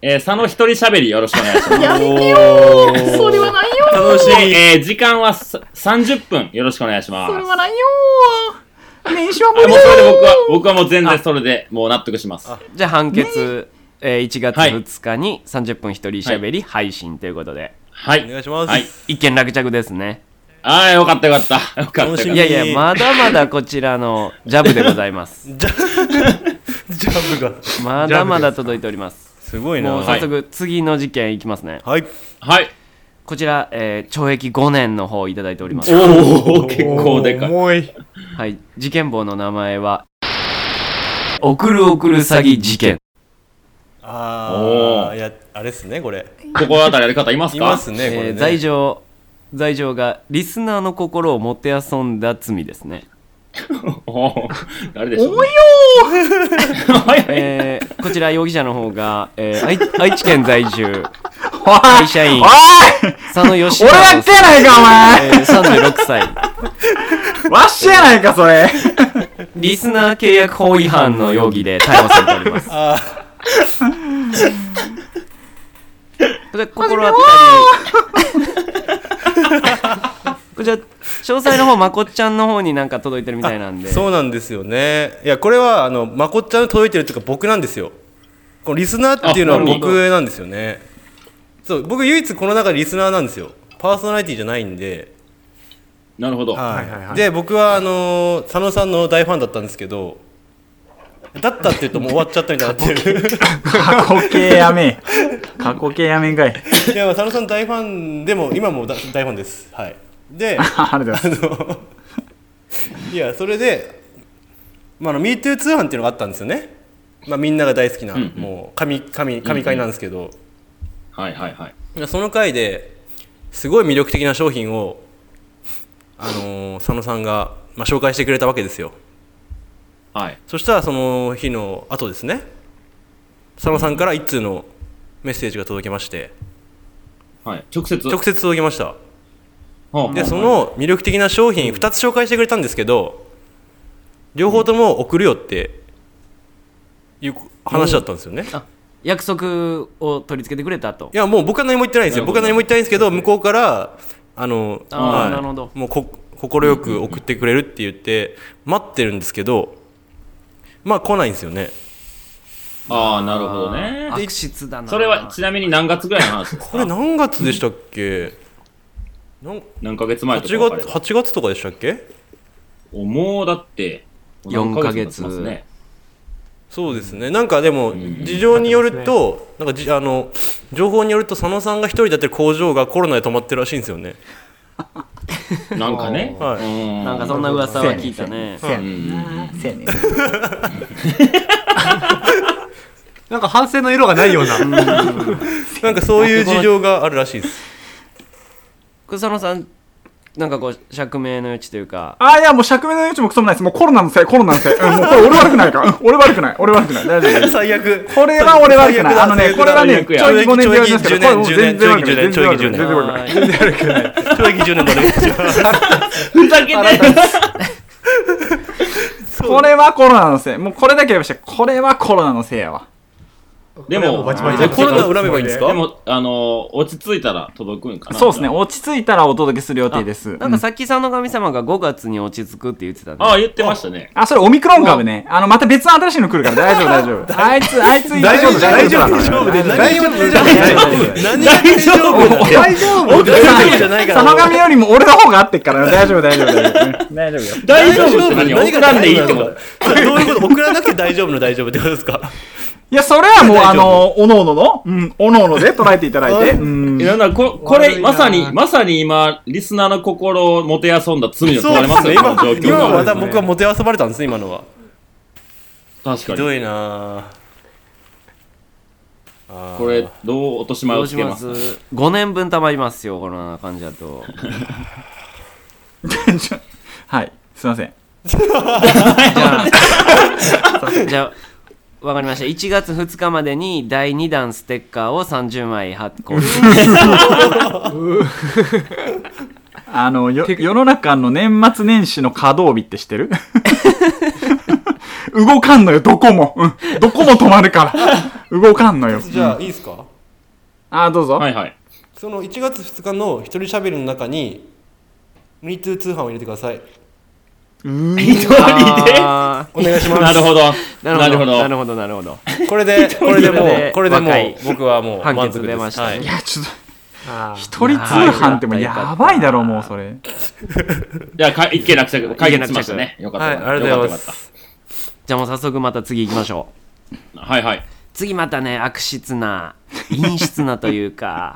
Speaker 1: えー佐野一人喋りよろしくお願いします。
Speaker 5: やめてよそれはないよ
Speaker 3: 楽しみ
Speaker 1: えー時間はさ30分よろしくお願いします。
Speaker 5: それはないよ年収は無
Speaker 1: あ
Speaker 5: 理
Speaker 1: もうそれで僕は、
Speaker 5: よ
Speaker 1: 僕はもう全然それでもう納得します。
Speaker 2: じゃあ判決、えー1月
Speaker 1: はい
Speaker 2: 2日に30分一人しゃべり配信ということで、
Speaker 1: はい。
Speaker 3: お願いします
Speaker 1: はい。
Speaker 2: 一件落着ですね
Speaker 1: ああ、よかったよかった。よかっ
Speaker 3: 楽
Speaker 1: た
Speaker 3: し
Speaker 1: よ
Speaker 3: み
Speaker 2: い
Speaker 1: かっ
Speaker 2: やいやまだまだこちらの ジャブでございます
Speaker 3: ジャブが
Speaker 2: まだまだ届いております
Speaker 3: すごいな
Speaker 2: もう
Speaker 3: は
Speaker 2: 早
Speaker 3: い
Speaker 2: 速次の事件いきますね、
Speaker 3: はい
Speaker 1: た。はい。
Speaker 2: こちら、えー懲役5年の方をいただいております
Speaker 1: おお結構でかい。
Speaker 4: 重い。
Speaker 2: はい事件簿の名前は送る送る詐欺事件
Speaker 3: あ
Speaker 1: お
Speaker 3: あ
Speaker 1: ー
Speaker 3: いやあれっすねこれ
Speaker 1: 心当たりある方います
Speaker 3: い
Speaker 1: か
Speaker 3: ますねこ
Speaker 2: え
Speaker 3: れ
Speaker 2: ー罪
Speaker 3: ね
Speaker 2: 状罪状がリスナーの心をもてあそんだ罪ですね、
Speaker 1: おお誰でしょう、ね、
Speaker 2: えーこちら容疑者の方が、えー愛愛知県在住会社員佐野義
Speaker 5: 俺
Speaker 2: 太
Speaker 5: だ
Speaker 2: 郎
Speaker 5: けやないかお前
Speaker 2: さん、えー36歳
Speaker 5: わっしやないかそれ
Speaker 2: リスナー契約法違反の容疑で逮捕されております。で心当たり。こ れじゃあ詳細の方まこっちゃんの方になんか届いてるみたいなんで。
Speaker 3: そうなんですよねいやこれはあのまこっちゃんの届いてるというか僕なんですよこのリスナーっていうのは
Speaker 1: あなるほど
Speaker 3: 僕なんですよねそう僕唯一この中でリスナーなんですよパーソナリティじゃないんで
Speaker 1: なるほど。
Speaker 3: はい
Speaker 4: はいはい
Speaker 3: で僕はあのー佐野さんの大ファンだったんですけどだったって言うともう終わっちゃったみたいになってる
Speaker 5: 過去形やめ過去形やめんか
Speaker 3: い
Speaker 5: い
Speaker 3: やまあ佐野さん大ファンでも今もだ大ファンですはいで
Speaker 5: あありがとうございます
Speaker 3: いやそれで、まあ、あの MeToo 通販っていうのがあったんですよね、まあ、みんなが大好きな、
Speaker 1: んうん
Speaker 3: もう神神神会なんですけど、
Speaker 1: はいはいはい。
Speaker 3: その回ですごい魅力的な商品を、あのー佐野さんが、まあ、紹介してくれたわけですよ
Speaker 1: はい。
Speaker 3: そしたらその日の後ですね佐野さんから一通のメッセージが届きまして
Speaker 1: はい。直接。
Speaker 3: 直接届きました
Speaker 1: ほうほうほう
Speaker 3: でそ、の魅力的な商品2つ紹介してくれたんですけど両方とも送るよっていう話だったんですよね
Speaker 2: あ約束を取り付けてくれたと
Speaker 3: い。やもう僕は何も言ってないんですよ
Speaker 1: なるほ
Speaker 3: 僕
Speaker 1: ど
Speaker 3: は何も言ってないんですけど向こうからあの
Speaker 2: あー
Speaker 3: はい
Speaker 2: なるほど
Speaker 3: もうこ快く送ってくれるって言って待ってるんですけどまあ来ないんですよね
Speaker 1: ああ、なるほどね。
Speaker 2: 悪質だな
Speaker 1: それはちなみに何月ぐらいの話ですか
Speaker 3: これ何月でしたっけなん
Speaker 1: 何ヶ月前とか
Speaker 3: 8
Speaker 1: 別
Speaker 3: 月
Speaker 1: れば
Speaker 3: 8月とかでしたっけ
Speaker 1: おもうだって、
Speaker 2: 4ヶ月
Speaker 1: 何も経ってますね。
Speaker 3: そうですねなんかでも事情によるとなんかじあの情報によると佐野さんが一人でやってる工場がコロナで止まってるらしいんですよね
Speaker 1: なんかね。
Speaker 3: は
Speaker 1: う
Speaker 3: い
Speaker 1: ん
Speaker 2: なんかそんな噂は聞いたね
Speaker 6: せや
Speaker 1: う
Speaker 6: ね
Speaker 1: ん
Speaker 6: んせやねん
Speaker 4: なんか反省の色がないような
Speaker 3: なんかそういう事情があるらしいです
Speaker 2: 草野さんなんかこう釈明の余地というか
Speaker 6: あ、いや、もう釈明の余地もクソもないです。もうコロナのせい、コロナのせい。うん、もうこれ俺悪くないから。うん俺悪くない。俺悪くない。大丈夫 大丈夫。
Speaker 3: 最悪
Speaker 6: これは俺悪くない。あのね、これはね、
Speaker 1: 最悪
Speaker 6: ち
Speaker 1: や
Speaker 6: ょい5年でやりますけ
Speaker 3: 懲
Speaker 6: ど、こ
Speaker 3: 役
Speaker 6: れ
Speaker 3: 10年
Speaker 6: 全然
Speaker 3: 懲
Speaker 6: 悪
Speaker 3: 役10
Speaker 6: くない。
Speaker 3: 年
Speaker 6: 全然
Speaker 3: 懲
Speaker 6: 悪
Speaker 3: 役10
Speaker 6: くない。
Speaker 3: 年
Speaker 6: 全然悪くない。
Speaker 2: あー
Speaker 3: 懲役10年だね
Speaker 1: ふざけてる
Speaker 6: これはコロナのせい。もうこれだけ言いました。これはコロナのせいやわ。
Speaker 1: で
Speaker 4: これは
Speaker 1: も、
Speaker 4: うバチバチ
Speaker 3: えコロナ恨めばいいんですか
Speaker 1: でも、あの、落ち着いたら届くんかな。
Speaker 6: そうですね。。落ち着いたらお届けする予定です。
Speaker 2: なん
Speaker 6: う
Speaker 2: か
Speaker 6: ん
Speaker 2: さっきさんの神様が5月に落ち着くって言ってたね
Speaker 1: ああ、言ってましたね。
Speaker 6: あ、それオミクロン株ね。あの、また別の新しいの来るから大丈夫、大丈夫。あいつ、あいつ、
Speaker 4: 大丈夫大丈夫
Speaker 6: 大丈夫
Speaker 4: 大丈夫
Speaker 3: 何が大丈夫なの
Speaker 6: 大丈夫
Speaker 3: 大丈夫じゃないから
Speaker 6: 佐野神よりも俺の方が合ってっからな大丈夫、大丈夫、大丈夫。大丈夫よ。
Speaker 1: 大丈夫って何
Speaker 3: 何
Speaker 1: 送らんでいいってこと
Speaker 3: それどういうこと送らなくて大丈夫の大丈夫ってことですか
Speaker 6: いや、それはもう、あ
Speaker 3: 大丈
Speaker 6: の、おのおのの、うん、おのおので捉えていただいて、うん。
Speaker 1: えなんだここ
Speaker 4: 悪
Speaker 1: れ、
Speaker 4: いな
Speaker 1: まさに、まさに今、リスナーの心をもてあそんだ罪を問われますよ、この状
Speaker 3: 今
Speaker 1: 況
Speaker 3: 今は
Speaker 1: が。
Speaker 3: また僕はもてあそばれたんですね今のは
Speaker 1: 確か
Speaker 3: ひ
Speaker 1: に。
Speaker 3: どいなあ
Speaker 1: これ、どう落とし前
Speaker 2: ど
Speaker 1: を
Speaker 2: う
Speaker 1: つ
Speaker 2: し
Speaker 1: け
Speaker 2: ま
Speaker 1: ます
Speaker 2: す5年分たまりますよこのような感じだと
Speaker 6: ちょはい、すいません。
Speaker 2: じゃあじゃあわかりました1月2日までに第2弾ステッカーを30枚発行
Speaker 6: あの、よ世の中の年末年始の稼働日って知ってる 動かんのよ、どこも。うん、どこも止まるから。動かんのよ。
Speaker 3: じゃあいいですか
Speaker 6: あー、どうぞ。
Speaker 1: はいはい。
Speaker 3: その1月2日の一人喋りの中に MeToo 通販を入れてください
Speaker 1: 一人
Speaker 2: あ
Speaker 3: お願いし
Speaker 1: で
Speaker 3: ます
Speaker 1: なるほど。
Speaker 2: ー
Speaker 1: なるほど
Speaker 2: な。るほどなるほど
Speaker 3: これでこれでも
Speaker 2: これで
Speaker 3: うこれでも
Speaker 2: 若いう
Speaker 3: 僕はもう
Speaker 2: 判
Speaker 3: 満
Speaker 2: 決
Speaker 3: 足で
Speaker 2: 出
Speaker 3: す
Speaker 2: ました
Speaker 3: は
Speaker 2: ね
Speaker 3: い
Speaker 6: いや、ちょっと、
Speaker 4: あー
Speaker 6: 一人通販ってもうやばいだろ、もうそれ。
Speaker 1: じゃあ、か一件落着、解決しましたね。よかっ
Speaker 3: はい
Speaker 1: た。
Speaker 3: ありがとうございま
Speaker 1: よかったよかっ
Speaker 3: す
Speaker 2: じゃあもう早速また次行きましょう
Speaker 1: た。はいはい。
Speaker 2: 次またね悪質な陰湿なというか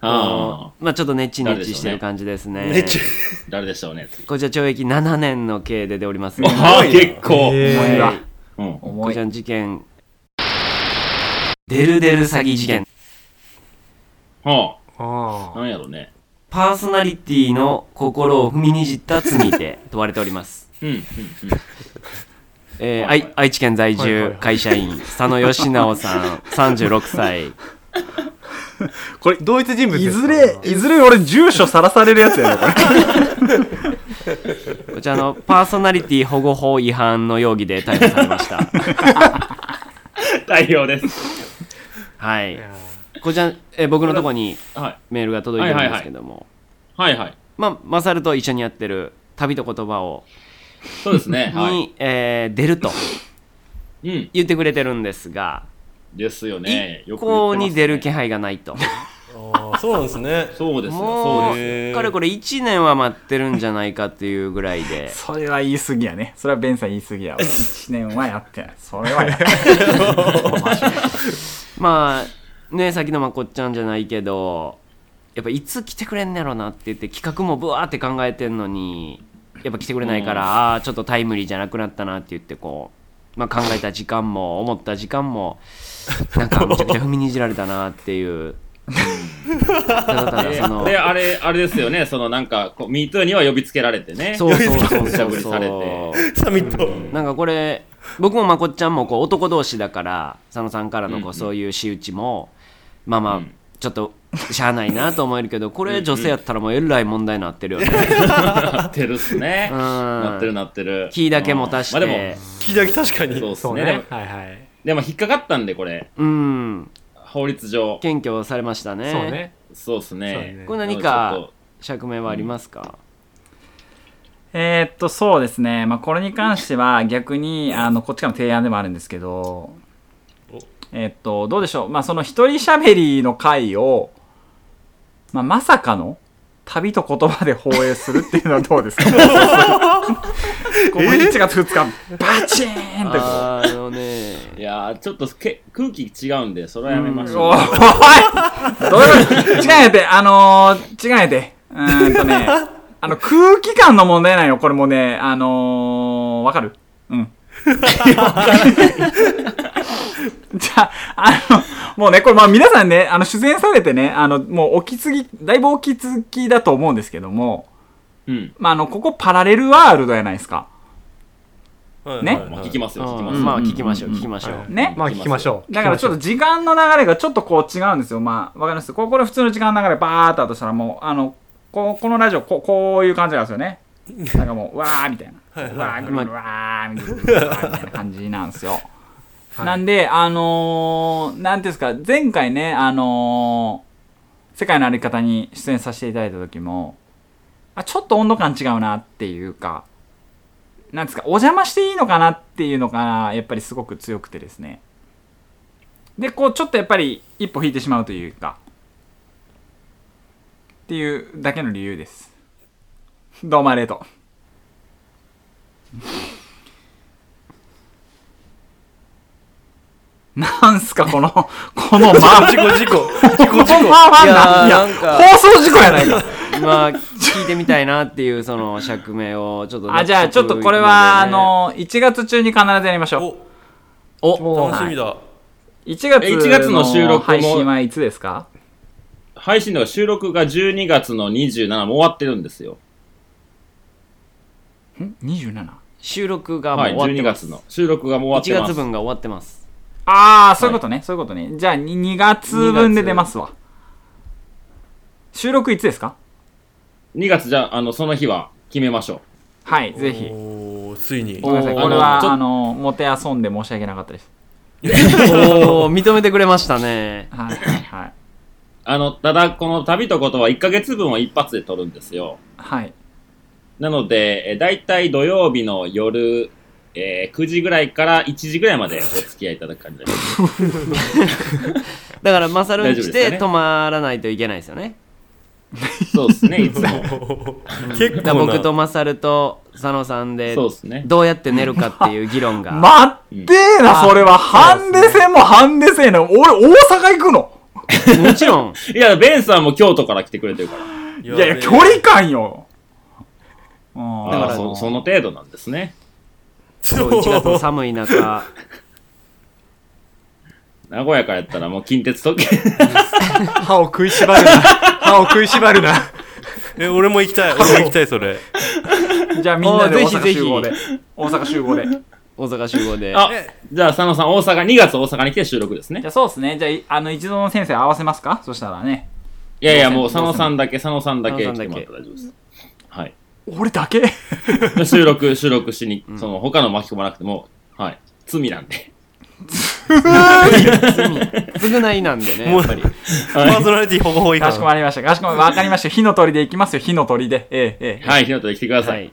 Speaker 1: ああ、
Speaker 2: まあちょっとネチネチしてる感じですね
Speaker 3: ねちゅ
Speaker 1: 誰でしょうね。次
Speaker 2: こちら懲役7年の刑で出ております、ね、
Speaker 1: ああ、結構。
Speaker 4: えー
Speaker 6: 重いわ
Speaker 1: うん
Speaker 2: こ
Speaker 6: 重
Speaker 2: ち
Speaker 6: い。
Speaker 2: らの事件デルデル詐欺事件
Speaker 1: は
Speaker 4: あ
Speaker 1: あ、
Speaker 4: ー
Speaker 1: なんやろうね。
Speaker 2: パーソナリティの心を踏みにじった罪で問われております、
Speaker 1: うん、うん、うん。
Speaker 2: えーあい愛知県在
Speaker 4: はいはいは
Speaker 2: 住
Speaker 4: い
Speaker 2: 会社員佐野義直さん36歳
Speaker 6: これ、
Speaker 4: 同一人物
Speaker 6: い
Speaker 4: です
Speaker 6: ず
Speaker 4: か
Speaker 6: れ、いずれ俺、住所さらされるやつやねこれ。
Speaker 2: こちらのパーソナリティ保護法違反の容疑で逮捕されました
Speaker 1: 対応です。
Speaker 2: はい
Speaker 4: や
Speaker 2: こちら、えー僕のとこに
Speaker 1: は
Speaker 2: メールが届いてるんですけども、
Speaker 1: い。はいはい。
Speaker 2: まあマサルと一緒にやってる旅と言葉を
Speaker 1: そうですね。
Speaker 2: に、
Speaker 1: は
Speaker 2: えー出ると
Speaker 1: い。うん。
Speaker 2: 言ってくれてるんですが
Speaker 1: ですよね。
Speaker 2: 一
Speaker 1: よく言っ
Speaker 2: 向
Speaker 1: てますね
Speaker 2: に出る気配がないと
Speaker 3: あーそうなんですね
Speaker 1: そうですね。
Speaker 2: も
Speaker 1: そうう
Speaker 3: へー
Speaker 2: かれこれ1年は待ってるんじゃないかっていうぐらいで
Speaker 6: それは言い過ぎやね。それはベンさん言い過ぎやわ。1年はやってない。それはやって
Speaker 2: まあねさっきのまこっちゃんじゃないけどやっぱいつ来てくれんねやろなって言って企画もブワーって考えてんのにやっぱ来てくれないから、
Speaker 1: うん
Speaker 2: ああちょっとタイムリーじゃなくなったなって言ってこう、まあ、考えた時間も思った時間もなんかめちゃくちゃ踏みにじられたなって いう。ただただその
Speaker 1: で、あれ、あれですよね。そのなんか、こう、ミートゥーには呼びつけられてね。
Speaker 2: そうそうそう
Speaker 1: むち
Speaker 2: そ
Speaker 1: ゃ
Speaker 2: う
Speaker 1: ぶりされ
Speaker 2: そ
Speaker 1: て
Speaker 2: う
Speaker 3: サミット
Speaker 2: なんかこれ僕もまこっちゃんもこう男同士だから佐野さんからの
Speaker 1: うん
Speaker 2: こ
Speaker 1: うん
Speaker 2: うそういう仕打ちも、まあまあ、
Speaker 1: うん
Speaker 2: ちょっとしゃあないなと思えるけどこれ女性やったらもうえらい問題になってるよね。
Speaker 1: なってるっすね。
Speaker 2: うん
Speaker 1: なってるなってる。
Speaker 2: キーだけ持たして、
Speaker 1: うんまあで
Speaker 3: 聞きだけ確かに
Speaker 1: も、そ
Speaker 4: そうう
Speaker 1: ですね。でも
Speaker 4: ね、はいはい
Speaker 1: でも引っかかったんで、これ。
Speaker 2: うん
Speaker 1: 法律上。
Speaker 2: 検挙されましたね
Speaker 4: そうね
Speaker 1: そうですね。
Speaker 4: そうね
Speaker 2: これ何か
Speaker 1: ちょっと
Speaker 2: 釈明はありますか、
Speaker 6: えーっと、そうですね。まあ、これに関しては逆に、あの、こっちからの提案でもあるんですけど、えーっと、どうでしょう。まあ、その一人喋りの回を、まあ、まさかの旅と言葉で放映するっていうのはどうですかこの1月2日、バチーンってこう。
Speaker 2: あのね
Speaker 1: いやー、ちょっとけ空気違うんで、それはやめましょう。
Speaker 6: おいどういうこと違うやて、あのー、違うやて。うーんとね、あの、空気感の問題なんよ、これもね、あのー、わかるうん。 じゃあ、あの、もうね、これ、まあ皆さんね、あの、出演されてね、あの、もう起きすぎ、だいぶ起きつきだと思うんですけども、
Speaker 1: うん。
Speaker 6: まあ、あの、ここパラレルワールドやないですか。
Speaker 3: はい
Speaker 6: ね
Speaker 3: はい
Speaker 1: ま
Speaker 3: は
Speaker 1: あ、
Speaker 3: い
Speaker 1: 聞きますよ、聞きま
Speaker 2: う
Speaker 1: す
Speaker 2: ん
Speaker 1: よ。
Speaker 2: まあ聞きましょう聞きましょう、
Speaker 3: はい
Speaker 6: ね。
Speaker 4: まあ聞きましょう
Speaker 6: だからちょっと時間の流れがちょっとこう違うんですよ。まあ、わかりますここれ普通の時間の流れバーっとあとしたらもう、あの、ここのラジオこ、こういう感じなんですよね。なんかもう、わーみたいな。わーぐるぐるわーみたいなわーみたいな感じなんです よ。なんで、あのー、なんていうんですか、前回ね、あのー、世界の歩き方に出演させていただいた時も、あ、ちょっと温度感違うなっていうか、なんですか、お邪魔していいのかなっていうのが、やっぱりすごく強くてですね。でこうちょっとやっぱり一歩引いてしまうというかっていうだけの理由ですどうもありがとうなんすかこのこの間
Speaker 3: 事故事故
Speaker 6: この間はい
Speaker 2: やー
Speaker 6: ないや
Speaker 2: なんか
Speaker 6: 放送事故やないか
Speaker 2: まあ聞いてみたいなっていうその釈明をちょっとね、
Speaker 6: あじゃあちょっとこれはあの1月中に必ずやりましょう
Speaker 3: お楽しみだ、
Speaker 6: 1月
Speaker 1: え1月の収録も
Speaker 6: 配信はいつですか
Speaker 1: 配信では収録が12月の27も終わってるんですよ。
Speaker 6: ん 27?
Speaker 2: 収録がもう
Speaker 1: はい、
Speaker 2: 終わって
Speaker 1: 12
Speaker 2: ま
Speaker 1: 月
Speaker 2: す、
Speaker 1: の。収録がもう終
Speaker 2: 1
Speaker 1: わって
Speaker 2: 月
Speaker 1: ます。
Speaker 2: 分が終わってます
Speaker 6: ああ、そういうことね、そういうことね。じゃあ、に2月分で出ますわ。収録いつですか
Speaker 1: 2月じゃあ、あの、その日は決めましょ
Speaker 6: はい、ぜひ。
Speaker 3: おーついに
Speaker 6: ごめんなさい、
Speaker 1: おー
Speaker 6: これ
Speaker 1: あのちょ
Speaker 6: は、あの、もてあそんで申し訳なかったです。
Speaker 2: おお認めてくれましたね
Speaker 6: はい、はいはい、
Speaker 1: う。あの、ただ、この旅とことは1ヶ月分を一発で撮るんですよ。
Speaker 6: はい。
Speaker 1: なので、えだいたい土曜日の夜、えー9時ぐらいから1時ぐらいまでお付き合いいただく感じです。
Speaker 2: だからマサルんち
Speaker 1: 大丈夫ですか
Speaker 2: で
Speaker 1: ね
Speaker 2: 泊まらないといけないですよね
Speaker 1: そうですね、いつも。
Speaker 2: だか
Speaker 3: 結構
Speaker 2: ら
Speaker 3: な
Speaker 2: 僕とマサルと佐野さんで
Speaker 1: そうですね。
Speaker 2: どうやって寝るかっていう議論が、
Speaker 6: 待ってーな、それは。ハンデ戦もハンデ戦やな。俺、大阪行くの
Speaker 2: も ちろん
Speaker 1: いや、ベンさんも京都から来てくれてるから。
Speaker 3: い
Speaker 6: いやいや、距離感よ。うん
Speaker 1: だからそ、その程度なんですね。
Speaker 2: そう1月の寒 い中
Speaker 1: 名古屋からやったらもう近鉄時計。
Speaker 4: 歯を食いしばるな歯を食いしばるな
Speaker 3: え俺も行きた い俺も行きたいそれ
Speaker 6: じゃあ、みんなで
Speaker 2: お
Speaker 6: 大
Speaker 2: ーぜ
Speaker 6: 阪
Speaker 2: ひぜひ
Speaker 6: 集合で。大阪集合で。 じ
Speaker 2: 大阪集合で
Speaker 1: あ、じゃあ佐野さん、大阪、2月大阪に来て収録ですね
Speaker 6: ゃ。あ、そうですね。じゃあい、あの、一度の先生合わせますかそしたらね。
Speaker 1: いやいや、もう
Speaker 6: どう
Speaker 1: 佐
Speaker 6: せも
Speaker 1: 野さんだけ、佐野さんだけ
Speaker 2: 佐
Speaker 1: 来
Speaker 2: 野さ
Speaker 1: て
Speaker 2: んだ
Speaker 1: も
Speaker 2: け
Speaker 1: らったら大丈夫です。はい。
Speaker 6: 俺だけ
Speaker 1: で 収録、収録しに、その他の巻き込まなくても、はい。罪なんで。
Speaker 2: 償いなんでねや
Speaker 3: もう
Speaker 2: っぱり
Speaker 3: パーソナリティ保護法違
Speaker 6: かしこま
Speaker 3: 反
Speaker 6: りました。かしこまりました。わかりました。火の鳥で行きますよ。火の鳥で。ええ、ええ。
Speaker 1: はい、ひなとで来てくださ。
Speaker 2: はいい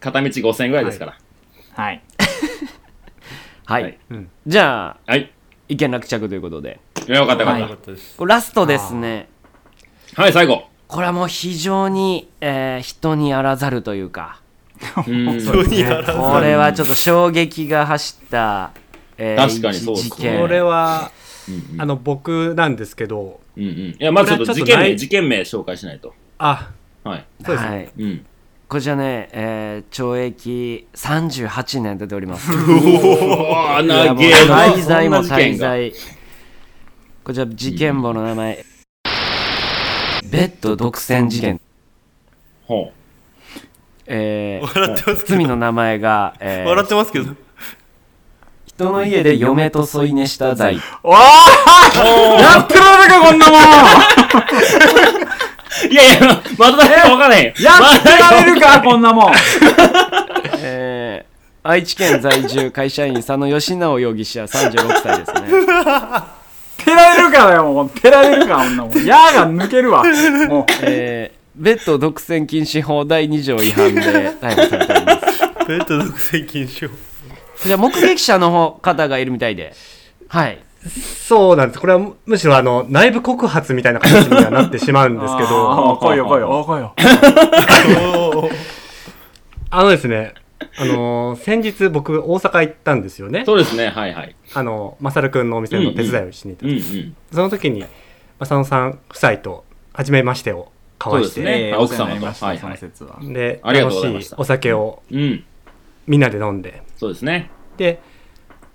Speaker 1: 片道5000円ぐらいですから。
Speaker 6: はい。
Speaker 2: はい、
Speaker 1: はい
Speaker 2: じゃあ
Speaker 1: はい。
Speaker 2: 意見落着ということで
Speaker 1: いやよかったよか
Speaker 6: は
Speaker 1: っ
Speaker 6: い
Speaker 1: た。
Speaker 3: かったです
Speaker 2: これラストですね
Speaker 1: はい、最後。
Speaker 2: これはもう非常に、えー人にあらざるというか
Speaker 1: うん。
Speaker 3: どうにやら
Speaker 2: これはちょっと衝撃が走った、えー
Speaker 1: 確かにそうっすね
Speaker 2: 事
Speaker 4: こ
Speaker 2: 件
Speaker 4: れは
Speaker 1: うん
Speaker 4: あの僕なんですけど
Speaker 1: うんうん。いや、まずちょっと事
Speaker 4: これはち
Speaker 1: 件
Speaker 4: ょっとない
Speaker 1: 名、事件名紹介しないと。
Speaker 4: あ
Speaker 1: はい。
Speaker 4: そうですね
Speaker 2: はい、
Speaker 1: うん。
Speaker 2: こちらね、えー懲役38年出ております
Speaker 1: ああ、
Speaker 2: い
Speaker 1: な
Speaker 2: やもう
Speaker 1: げえな。
Speaker 2: 滞在も
Speaker 1: そんな事件が。
Speaker 2: 滞在こちら事件簿の名前、ベッド独占事件
Speaker 1: ほ
Speaker 2: えー
Speaker 3: 笑ってますけ
Speaker 2: 罪
Speaker 3: ど
Speaker 2: の名前が、えー
Speaker 3: 笑ってますけど
Speaker 2: 人の家で嫁と添い寝した罪
Speaker 6: おーやってられるか、こんなもん
Speaker 1: う。いやいや、まだ誰か分からへんよ。
Speaker 6: やってられるか、 こんなもん
Speaker 2: えー愛知県在住会社員佐野義直容疑者36歳ですね
Speaker 6: てられるかだよ、もう。てられるか、こんなもん。矢が抜けるわ。もう。
Speaker 2: えーベッド独占禁止法第2条違反で逮捕されております
Speaker 3: ペット独占禁止法
Speaker 2: じゃあ目撃者の方方がいるみたいではい
Speaker 4: そうなんです。これはむむしろあの、内部告発みたいな形にはなってしまうんですけど、
Speaker 6: あー来いよ来いよ来いよ
Speaker 4: あのですね、あのー、先日僕大阪行ったんですよね。
Speaker 1: そうですね、はいはい。
Speaker 4: あの、まさるくんのお店の手伝いをしに行った。
Speaker 1: うんうん。
Speaker 4: その時に、まさのさん夫妻と、初めましてを交わし
Speaker 1: そうで
Speaker 4: て、
Speaker 1: ね
Speaker 6: えー
Speaker 1: 奥様と
Speaker 6: お世話になりました
Speaker 1: はいはい
Speaker 6: その説は
Speaker 4: で
Speaker 1: ありが
Speaker 4: 楽
Speaker 1: とうございま
Speaker 4: し
Speaker 1: し
Speaker 4: い
Speaker 1: た
Speaker 4: お酒を
Speaker 1: うん、
Speaker 4: みんなで飲んで、
Speaker 1: そうですね。
Speaker 4: で、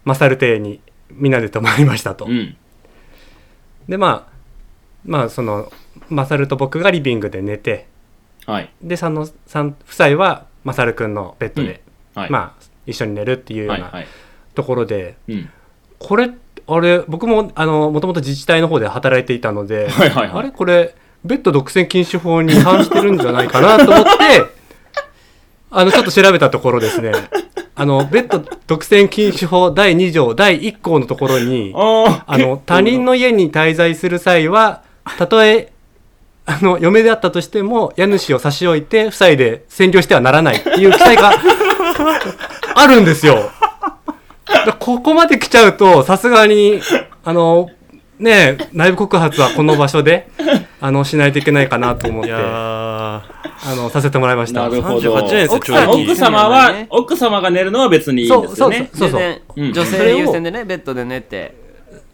Speaker 4: まさる亭にみんなで泊まりましたと。
Speaker 1: うん。
Speaker 4: で、まあ、まあ、その、まさると僕がリビングで寝て、
Speaker 1: はい。
Speaker 4: で、佐野さん夫妻は、まさるくんのベッドで、
Speaker 1: はい。
Speaker 4: まあ、一緒に寝るっていうよう
Speaker 1: はいは。
Speaker 4: ないところで、
Speaker 1: うん。
Speaker 4: これ、あれ、僕も、あの、もともと自治体の方で働いていたので、
Speaker 1: はいはい
Speaker 4: あ
Speaker 1: は
Speaker 4: れ、
Speaker 1: い。
Speaker 4: これ、ベッド独占禁止法に違反してるんじゃないかなと思って、 あの、ちょっと調べたところですね、あの、ベッド独占禁止法第2条第1項のところに、
Speaker 1: あ
Speaker 4: あの、他人の家に滞在する際は、たとえ、あの、嫁であったとしても、家主を差し置いて、夫妻で占領してはならないっていう記載 があるんですよ。だここまで来ちゃうと、さすがに、あの、ねえ、内部告発はこの場所で、あの、しないといけないかなと思っ
Speaker 3: い
Speaker 4: て、
Speaker 3: や
Speaker 4: あ
Speaker 3: ー
Speaker 4: の、させてもらいました
Speaker 1: な。るほど。
Speaker 3: 38年ですよ
Speaker 1: 奥様
Speaker 3: ちょうど
Speaker 1: 奥様は、奥様が寝るのは別にいいんですよね。
Speaker 4: そうそ
Speaker 2: 全
Speaker 4: う
Speaker 2: 然
Speaker 1: うん
Speaker 2: 女性優先でねベッドで寝て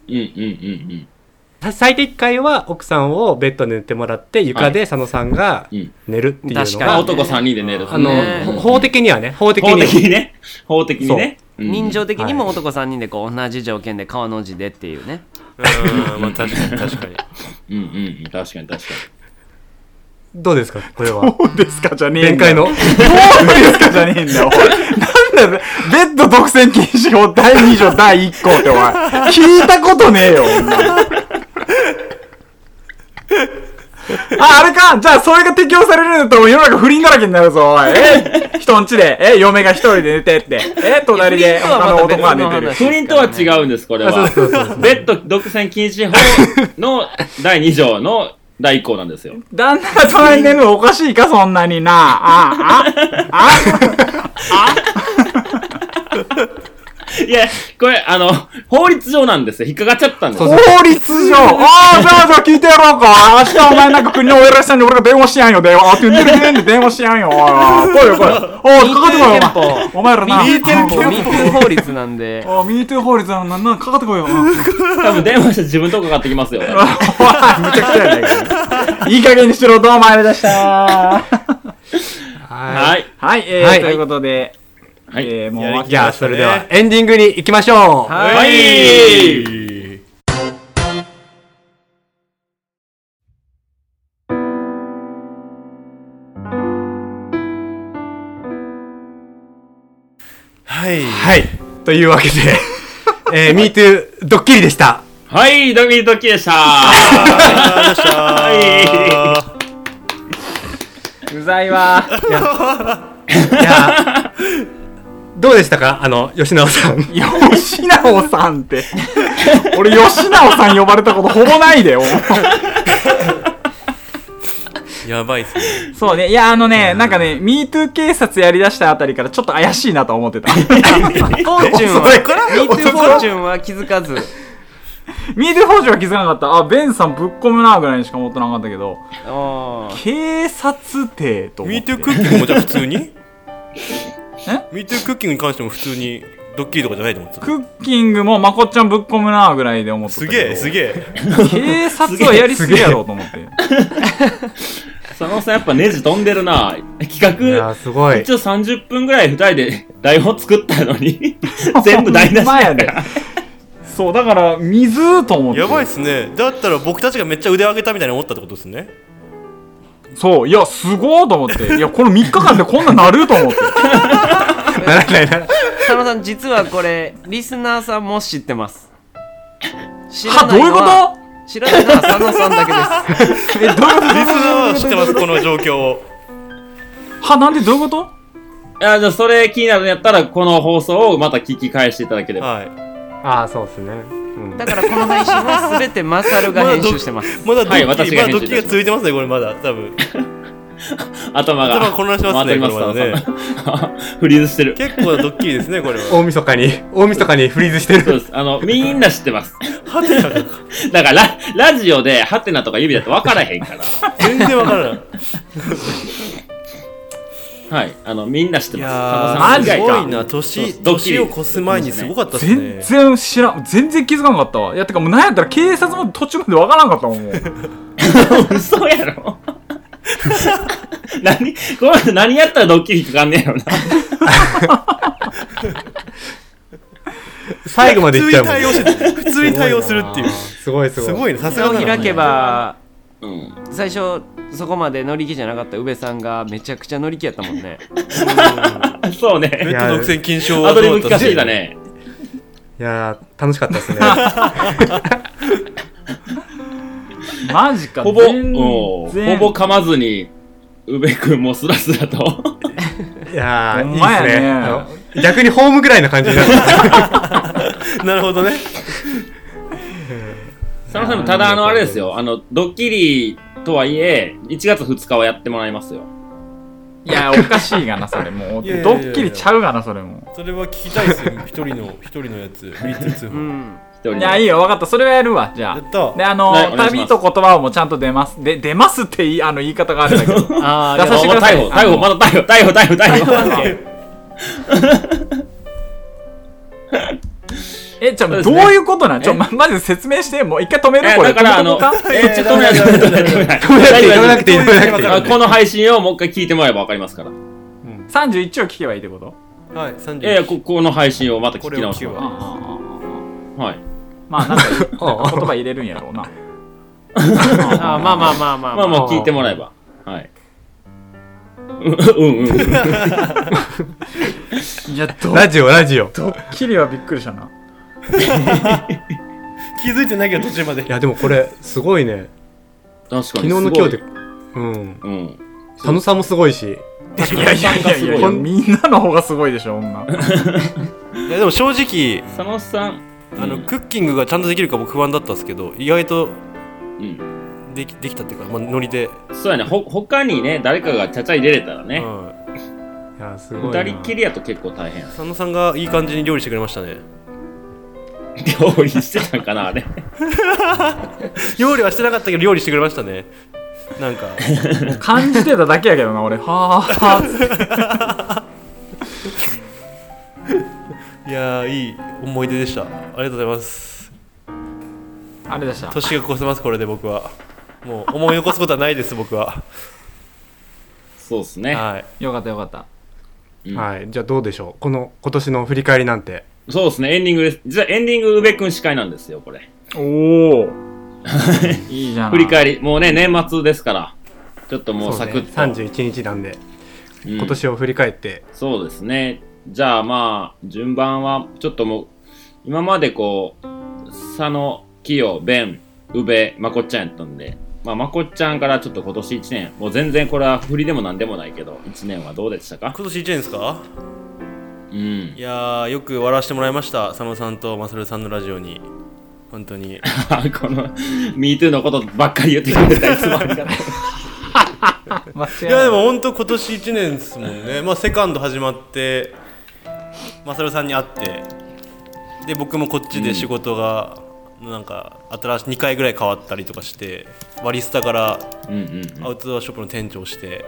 Speaker 1: うんうんうん
Speaker 4: さ最低1回は奥さんをベッドで寝てもらって、床で佐野さんが
Speaker 1: うん。うん。
Speaker 4: 寝るっていう
Speaker 2: 確
Speaker 4: の
Speaker 2: か
Speaker 4: が
Speaker 2: に
Speaker 1: まあ、男3人で寝る。
Speaker 4: あの、
Speaker 2: ね
Speaker 4: ほ法的にはね、法的に
Speaker 1: 法的にね。法的にね。うん
Speaker 2: 人情的にも男3人でこう同じ条件で川の字でっていうね
Speaker 3: うんまあ確かに確かに
Speaker 1: うんうんうん。確かに確か
Speaker 4: どうですか、これは。
Speaker 6: どうですかじゃねえ
Speaker 4: 弁
Speaker 6: んだ
Speaker 4: 解
Speaker 6: よ
Speaker 4: の。
Speaker 6: どうですかじゃねえんだよおいなんだよベッド独占禁止法第2条第1項っておい聞いたことねえよお前あ、あれかじゃあ、それが適用されるんだと、世の中不倫だらけになるぞ、おい。え人んちで、え嫁が一人で寝てって、え隣で他の男が寝て る。
Speaker 1: に。不倫とは違うんです、これは。ベッド独占禁止法の第2条の第1項なん ですよ。
Speaker 6: 旦那が隣に寝るのおかしいか、そんなにな。あ、あ、
Speaker 1: いや、これ、あの、法律上なんですよ。引っかかっちゃったんですよ。
Speaker 6: 法律上ああ、じゃあ、じゃあ聞いてやろうか。明日お前なんか国のお偉いさんに俺が電話しやんよ、電話。あ、てんてるてんで電話しやんよ。おいおい来いよ、来いよ。おい、かかってこいよ、お前。お前らな。
Speaker 2: ミートゥー法律なん で
Speaker 6: あ、ミートゥー法律なの、なんかかってこいよ。おい、むち
Speaker 1: 多分電話して自分とこかかってきますよ。
Speaker 6: ゃくちゃやないか。いい加減にしろ、どうもありがとうございました。
Speaker 1: は。
Speaker 4: はい
Speaker 6: はい、えー
Speaker 4: はい
Speaker 6: ということで、
Speaker 1: はい。
Speaker 6: えー、もう、
Speaker 3: や
Speaker 6: は
Speaker 3: る
Speaker 4: い。じゃあ、それではエンディングに行きましょう。
Speaker 1: は
Speaker 2: はい
Speaker 1: い。
Speaker 3: はい
Speaker 4: はい。というわけで、えー、MeToo ドッキリでした。
Speaker 1: はい、ドキドキでした。
Speaker 3: あーどうした
Speaker 1: は
Speaker 6: うざいわ。
Speaker 4: いやー、どうでしたかあの、吉直さん。
Speaker 6: 吉直さんって。俺、吉直さん呼ばれたことほぼないでよ。
Speaker 3: やばいっす ね
Speaker 6: そうね。いや、あのね、なんかね、MeToo 警察やりだしたあたりからちょっと怪しいなと思ってた。
Speaker 2: フォーチュン
Speaker 3: それから
Speaker 2: はミートゥーフォーチュンは気づかず
Speaker 6: MeToo 法上は気づかなかった。あ、ベンさんぶっ込むなぐらいにしか思ってなかったけど、
Speaker 2: おー
Speaker 6: 警察廷と思っ
Speaker 3: ミー
Speaker 6: て。
Speaker 3: トゥークッキングもじゃあ普通にミートゥークッキングに関しても普通にドッキリとかじゃないと思ってた
Speaker 6: クッキングもまこっちゃんぶっ込むなぐらいで思ってた
Speaker 3: す
Speaker 6: けど。
Speaker 3: げえすげえ
Speaker 6: 警察はやりすぎやろう と思って。
Speaker 1: い。佐野さんやっぱネジ飛んでるな。企
Speaker 4: いやー、
Speaker 1: 画、
Speaker 4: すごい
Speaker 1: 一。応30分ぐらい2人で台本作ったのに、全部台無しだ
Speaker 6: ほんまや
Speaker 1: か
Speaker 6: で
Speaker 1: ら。
Speaker 6: そう、だから、水と思って。
Speaker 3: やばいっすねだったら僕たちがめっちゃ腕上げたみたいに思ったってことですね
Speaker 6: そう、いや、すごーと思って。いや、この3日間でこんななると思って。
Speaker 4: ならないならない。
Speaker 2: 佐野さん実はこれリスナーさんも知ってます知
Speaker 6: は、どういう
Speaker 2: のは
Speaker 6: こ
Speaker 2: 知らないのは佐野さんだけです
Speaker 6: とえ、どういうこと
Speaker 3: リスナーは知ってますこの状況を
Speaker 6: は、なんでどういうこと
Speaker 1: あじゃあそれ気になるんやったら、この放送をまた聞き返していただければ。
Speaker 3: は
Speaker 4: ああ、そうですね。うん
Speaker 2: だからこの配信は全てマサルが編集してます
Speaker 3: いまだドッキリ、
Speaker 1: はい私が
Speaker 3: まだド
Speaker 1: 編集いたします
Speaker 3: ッキリが続いてますねこれまだ多分
Speaker 1: は頭が
Speaker 3: 頭混乱します
Speaker 1: 回っ
Speaker 3: ね
Speaker 1: ております
Speaker 3: こ
Speaker 1: 佐野さん フリーズしてる
Speaker 3: 結構ドッキリですねこれは
Speaker 4: 大晦日に、大晦日にフリーズして
Speaker 1: そう
Speaker 4: る。
Speaker 1: ですあのみんな知ってます
Speaker 3: ハテナが
Speaker 1: だからララジオでハテナとか指だと分からへんから
Speaker 3: 全然わからない
Speaker 1: はいあのみんな知って
Speaker 3: い
Speaker 1: ます
Speaker 3: や
Speaker 1: 佐野
Speaker 3: ーす
Speaker 1: さん以
Speaker 3: ご
Speaker 1: 外
Speaker 3: い
Speaker 1: か
Speaker 3: な年
Speaker 1: そうドッキリ
Speaker 3: 年を越す前にすごかったです
Speaker 6: 全
Speaker 3: ね
Speaker 6: 然知らん全然気づかなかったわいやてかもうなんやったら警察も途中までわからんかったもん もう
Speaker 1: 嘘やろ 何この人何やったらドッキリ引っかかんねやろな
Speaker 4: 最後まで行っちゃうもん
Speaker 3: 普通に対応して普通に対応するっていう
Speaker 4: すごいすごい。
Speaker 3: すごいねさす
Speaker 2: そ
Speaker 3: が
Speaker 2: う
Speaker 3: だな
Speaker 2: 開けば
Speaker 1: うん
Speaker 2: 最初そこまで乗り気じゃなかった宇部さんがめちゃくちゃ乗り気やったもんね
Speaker 1: あそう
Speaker 3: ベ
Speaker 1: ね
Speaker 3: ッド独占禁止法
Speaker 1: ア
Speaker 3: はど
Speaker 1: ド
Speaker 3: う
Speaker 1: リ
Speaker 3: だ
Speaker 1: ブ
Speaker 3: った
Speaker 1: 聞かせて
Speaker 3: んですか
Speaker 1: きたね
Speaker 4: いやー、楽しかったですね。
Speaker 6: マジか
Speaker 1: ほぼ
Speaker 6: 全
Speaker 1: おー
Speaker 6: 然
Speaker 1: ほぼ噛まずに宇部君もスラスラと
Speaker 4: いやー、い
Speaker 6: ほん
Speaker 4: い
Speaker 6: まやね
Speaker 4: ですねあの。逆にホームぐらいな感じになる。
Speaker 3: なるほどね
Speaker 1: 佐野さんもただあのあれですよあのドッキリとはいえ1月2日はやってもらいますよ
Speaker 6: いやおかしいがなそれもう
Speaker 3: いやいやいや
Speaker 6: ドッキリちゃうがなそれも
Speaker 3: それは聞きたいですよ一人の一人のや つミートツー
Speaker 2: う
Speaker 3: や
Speaker 2: ん
Speaker 1: 一人で
Speaker 6: いやいいよ分かったそれはやるわじゃあ
Speaker 3: った
Speaker 6: であの、
Speaker 1: はいお願いしま
Speaker 6: 旅
Speaker 1: す
Speaker 6: と言葉をもうちゃんと出ますで出ますっていいあの言い方があるんだけど
Speaker 2: あー
Speaker 6: 出させてください
Speaker 1: 逮捕、逮捕、まだ逮捕、逮捕、逮捕、逮捕。
Speaker 6: えちょ
Speaker 1: そうです
Speaker 6: どう
Speaker 1: ね
Speaker 6: いうことなんちょままず説明してもう一回止めるこれ
Speaker 1: だから、あの、
Speaker 6: 止めとこうか
Speaker 1: えー、ちょっと 止めない、止めない、止めない。
Speaker 4: 止め なくてい
Speaker 1: 大丈夫
Speaker 4: い、止めなくていい、止めなくていい。
Speaker 1: あこの配信をもう一回聞いてもらえばわかりますから。い
Speaker 6: 31を聞けばいいってこと
Speaker 3: はい30
Speaker 1: やいや、ここの配信をまた
Speaker 3: こ
Speaker 1: 聞
Speaker 3: れ
Speaker 1: き
Speaker 3: を
Speaker 1: 直
Speaker 3: 聞
Speaker 1: す
Speaker 3: け
Speaker 1: わ。
Speaker 3: ば
Speaker 1: はい。
Speaker 6: まあなんかなんか言葉入れるんやろうな
Speaker 2: あーまあまあまあまあ
Speaker 1: まあまあ、聞いてもらえば。はい。うんうんうん。
Speaker 6: いやド
Speaker 4: ラジオ、ラジオ。い
Speaker 6: ドッキリはびっくりしたな
Speaker 3: 気づいてないけど途中まで
Speaker 4: や、でもこれ、すごいね。
Speaker 1: 確か
Speaker 4: 昨日
Speaker 1: に。
Speaker 4: の
Speaker 1: すご
Speaker 4: 今
Speaker 1: い
Speaker 4: 日で。う
Speaker 1: う
Speaker 4: ん。
Speaker 1: ん。
Speaker 4: 佐野さんもすごいし。
Speaker 6: いやいやいやいやいやみんなの方がすごいでしょ女
Speaker 3: いやでも正直
Speaker 1: 佐野さん。
Speaker 3: あのクッキングがちゃんとできるか僕不安だったんですけど意外と
Speaker 1: うん。
Speaker 3: できできたっていうか、まあ、ノリで、
Speaker 1: そうやね。ほ、他にね、誰かがちゃちゃ入れれたら
Speaker 3: う
Speaker 1: ね。
Speaker 3: ん、
Speaker 4: いや、すごいな。
Speaker 1: 二人っきりやと結構大変。
Speaker 3: 佐野さんがいい感じに料理してくれましたね
Speaker 1: 料理してたんかな、あれ。
Speaker 3: 料理はしてなかったけど料理してくれましたねなんか
Speaker 6: 感じてただけやけどな俺はあはあつって
Speaker 3: いやーいい思い出でしたありがとうございます
Speaker 6: あれでした
Speaker 3: 年が越せますこれで僕はもう思い起こすことはないです 僕は
Speaker 1: そうっすね。
Speaker 3: はい
Speaker 6: よかったよかった
Speaker 4: はい。じゃあどうでしょうこの、今年の振り返りなんて。
Speaker 1: そうですね、エンディングです。実はエンディング、宇部くん司会なんですよ、これ。
Speaker 6: おおいいじゃん
Speaker 1: 振り返り、もうね、年末ですから、ちょっともう
Speaker 4: そ
Speaker 1: サ
Speaker 4: う
Speaker 1: ク
Speaker 4: ね
Speaker 1: ッと。
Speaker 4: 31日なんで、
Speaker 1: うん
Speaker 4: 今年を振り返って。
Speaker 1: そうですね。じゃあまあ、順番は、ちょっともう、今までこう、佐野、清、弁、宇部、まこっちゃんやったんで、まあ、まこっちゃんからちょっと今年1年、もう全然これは振りでもなんでもないけど、1年はどうでしたか
Speaker 3: 今年1年ですか
Speaker 1: うん
Speaker 3: い。やーよく笑わせてもらいました佐野さんとマサルさんのラジオに本当に
Speaker 1: この、MeToo のことばっかり言ってくれたいつもあるから。
Speaker 6: 間違
Speaker 3: い
Speaker 6: いない
Speaker 3: やでも本当今年1年ですもんねまあセカンド始まってマサルさんに会ってで僕もこっちで仕事が、なんか新しい2回ぐらい変わったりとかしてバリスタから
Speaker 1: うんうん
Speaker 3: アウトドアショップの店長をして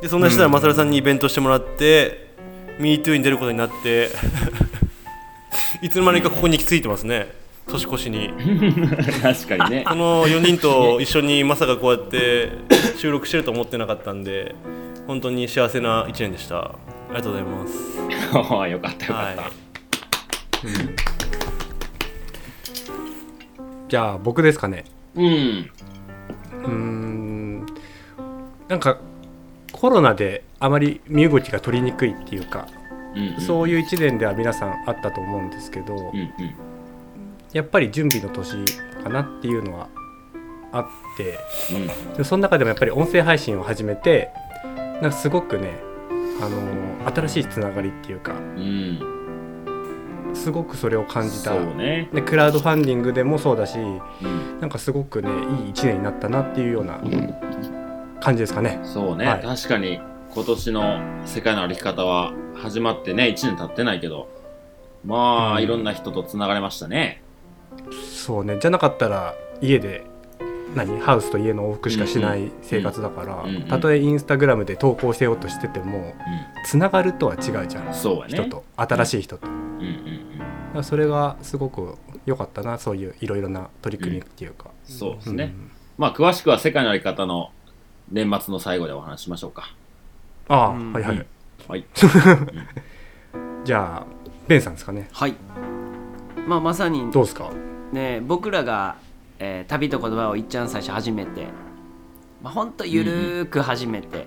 Speaker 3: でそんな人はマサルさんにイベントしてもらって「MeToo」に出ることになって いつの間にかここに行き着いてますね年越しに
Speaker 1: うん。確かに ね
Speaker 3: こ。の4人と一緒にまさかこうやって収録してると思ってなかったんで本当に幸せな1年でしたありがとうございます
Speaker 1: おーよかったよかった。
Speaker 3: は
Speaker 4: じゃあ僕ですかね。
Speaker 1: うん。
Speaker 4: うーんなんかコロナであまり身動きが取りにくいっていうか、
Speaker 1: うんうん
Speaker 4: そういう1年では皆さんあったと思うんですけど、
Speaker 1: うんうん
Speaker 4: やっぱり準備の年かなっていうのはあって
Speaker 1: うん
Speaker 4: でその中でもやっぱり音声配信を始めてなんかすごくねあのー新しいつながりっていうか
Speaker 1: うん
Speaker 4: すごくそれを感じた、
Speaker 1: そうね、
Speaker 4: でクラウドファンディングでもそうだし
Speaker 1: うん
Speaker 4: なんかすごくねいい1年になったなっていうような感じですかね。
Speaker 1: そうね、
Speaker 4: はい
Speaker 1: 確かに今年の世界の歩き方は始まってね、1年経ってないけど、まあ、いろんな人と繋がれましたね。
Speaker 4: そうねじゃなかったら家で何ハウスと家の往復しかしない生活だから、
Speaker 1: うんうんうん
Speaker 4: たとえインスタグラムで投稿せようとしてても
Speaker 1: う
Speaker 4: つながるとは違うじゃん、
Speaker 1: ん、そうや
Speaker 4: 人
Speaker 1: ね。
Speaker 4: と新しい人と、
Speaker 1: うんうんうん。
Speaker 4: だからそれがすごく良かったなそういういろいろな取り組みっていうか、
Speaker 1: そうです
Speaker 4: うん
Speaker 1: ね。まあ、詳しくは世界の歩き方の年末の最後でお話ししましょうか。
Speaker 4: ああ、
Speaker 2: うん
Speaker 4: はいは
Speaker 1: う
Speaker 4: い
Speaker 1: ん はい。
Speaker 4: じゃあベンさんですかね
Speaker 2: はいまあまさに
Speaker 4: どうですか
Speaker 2: ね僕らが、えー旅と言葉をいっちゃん最初始めて、まあ、ほんとゆるーく始めて、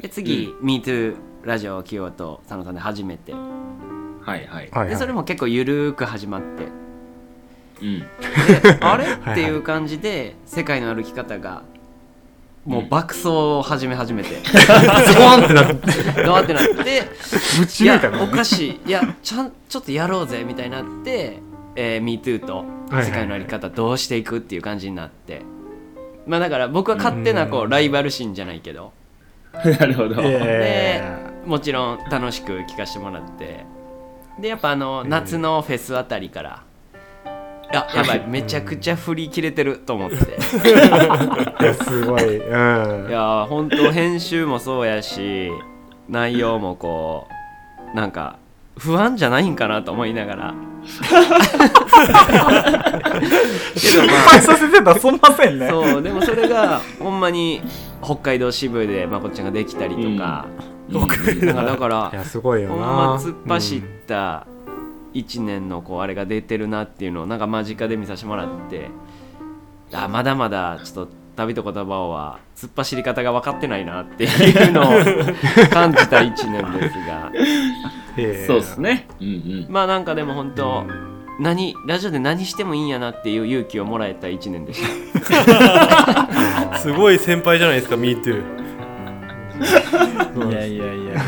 Speaker 2: で次「MeToo ラジオ」を起用と佐野さんで始めて
Speaker 1: はいはい。
Speaker 4: はい、
Speaker 2: でそれも結構ゆるーく始まって
Speaker 1: うん。
Speaker 2: であれ
Speaker 4: はい
Speaker 2: っていう感じで世界の歩き方がもう爆走を始め始め て
Speaker 4: ズボンってなって
Speaker 2: わってなって
Speaker 6: ぶ
Speaker 2: い
Speaker 6: ち抜
Speaker 2: や
Speaker 6: いたの
Speaker 2: おかしいいやちゃんちょっとやろうぜみたいになって「えー MeToo」と
Speaker 4: いはい
Speaker 2: 「世界のあり方」どうしていくっていう感じになってまあだから僕は勝手なこ
Speaker 4: う
Speaker 2: うんライバル心じゃないけど
Speaker 1: なるほど。
Speaker 2: で
Speaker 4: え
Speaker 2: もちろん楽しく聞かせてもらってでやっぱあの
Speaker 4: うん
Speaker 2: 夏のフェスあたりから「あやばいめちゃくちゃ振り切れてる」と思ってい
Speaker 4: ーいやすごいうん
Speaker 2: やー本当編集もそうやし内容もこうなんか不安じゃないんかなと思いながら。
Speaker 6: 失敗させてたらすんませんね
Speaker 2: そうでもそれがほんまに北海道支部でまこっちゃんができたりとか、なんかだか
Speaker 4: い
Speaker 2: ら
Speaker 4: やすごいよ
Speaker 2: ほ
Speaker 4: なん
Speaker 2: ま突っ走った1年のこうあれが出てるなっていうのをなんか間近で見させてもらってあまだまだちょっと旅と言葉は突っ走り方が分かってないなっていうのを感じた1年ですが
Speaker 4: うんえー
Speaker 1: そうですね。うんうん。
Speaker 2: まあなんかでも本当
Speaker 4: うん
Speaker 2: 何ラジオで何してもいいんやなっていう勇気をもらえた1年でした。
Speaker 3: すごい先輩じゃないですか MeToo
Speaker 6: いやいやいや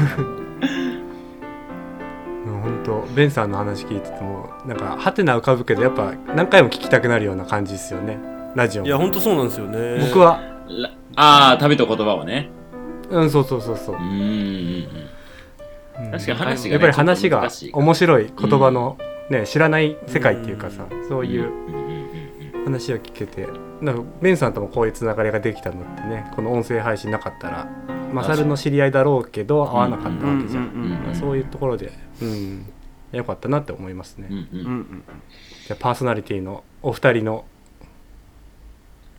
Speaker 4: 本当ベンさんの話聞いててもなんかハテナ浮かぶけどやっぱ何回も聞きたくなるような感じですよねラジオ
Speaker 3: いや本当そうなんですよね
Speaker 4: 僕は
Speaker 1: らああ、旅と言葉をね。
Speaker 4: うんそうそうそうそう
Speaker 1: うんうん
Speaker 4: うん
Speaker 1: 確かに話がね
Speaker 4: やっぱり話が
Speaker 1: ちょっと
Speaker 4: 面白い言葉のね知らない世界っていうかさそう
Speaker 1: うん。
Speaker 4: いう
Speaker 1: うんうんうんうん。
Speaker 4: 話を聞けてなんかベンさんともこういうつながりができたのってねこの音声配信なかったらマサルの知り合いだろうけど会わなかったわけじゃん
Speaker 2: うんうんうん
Speaker 1: うん
Speaker 4: そういうところでうんよかったなって思いますね
Speaker 1: うんうん
Speaker 2: うんうん
Speaker 4: じゃあパーソナリティのお二人の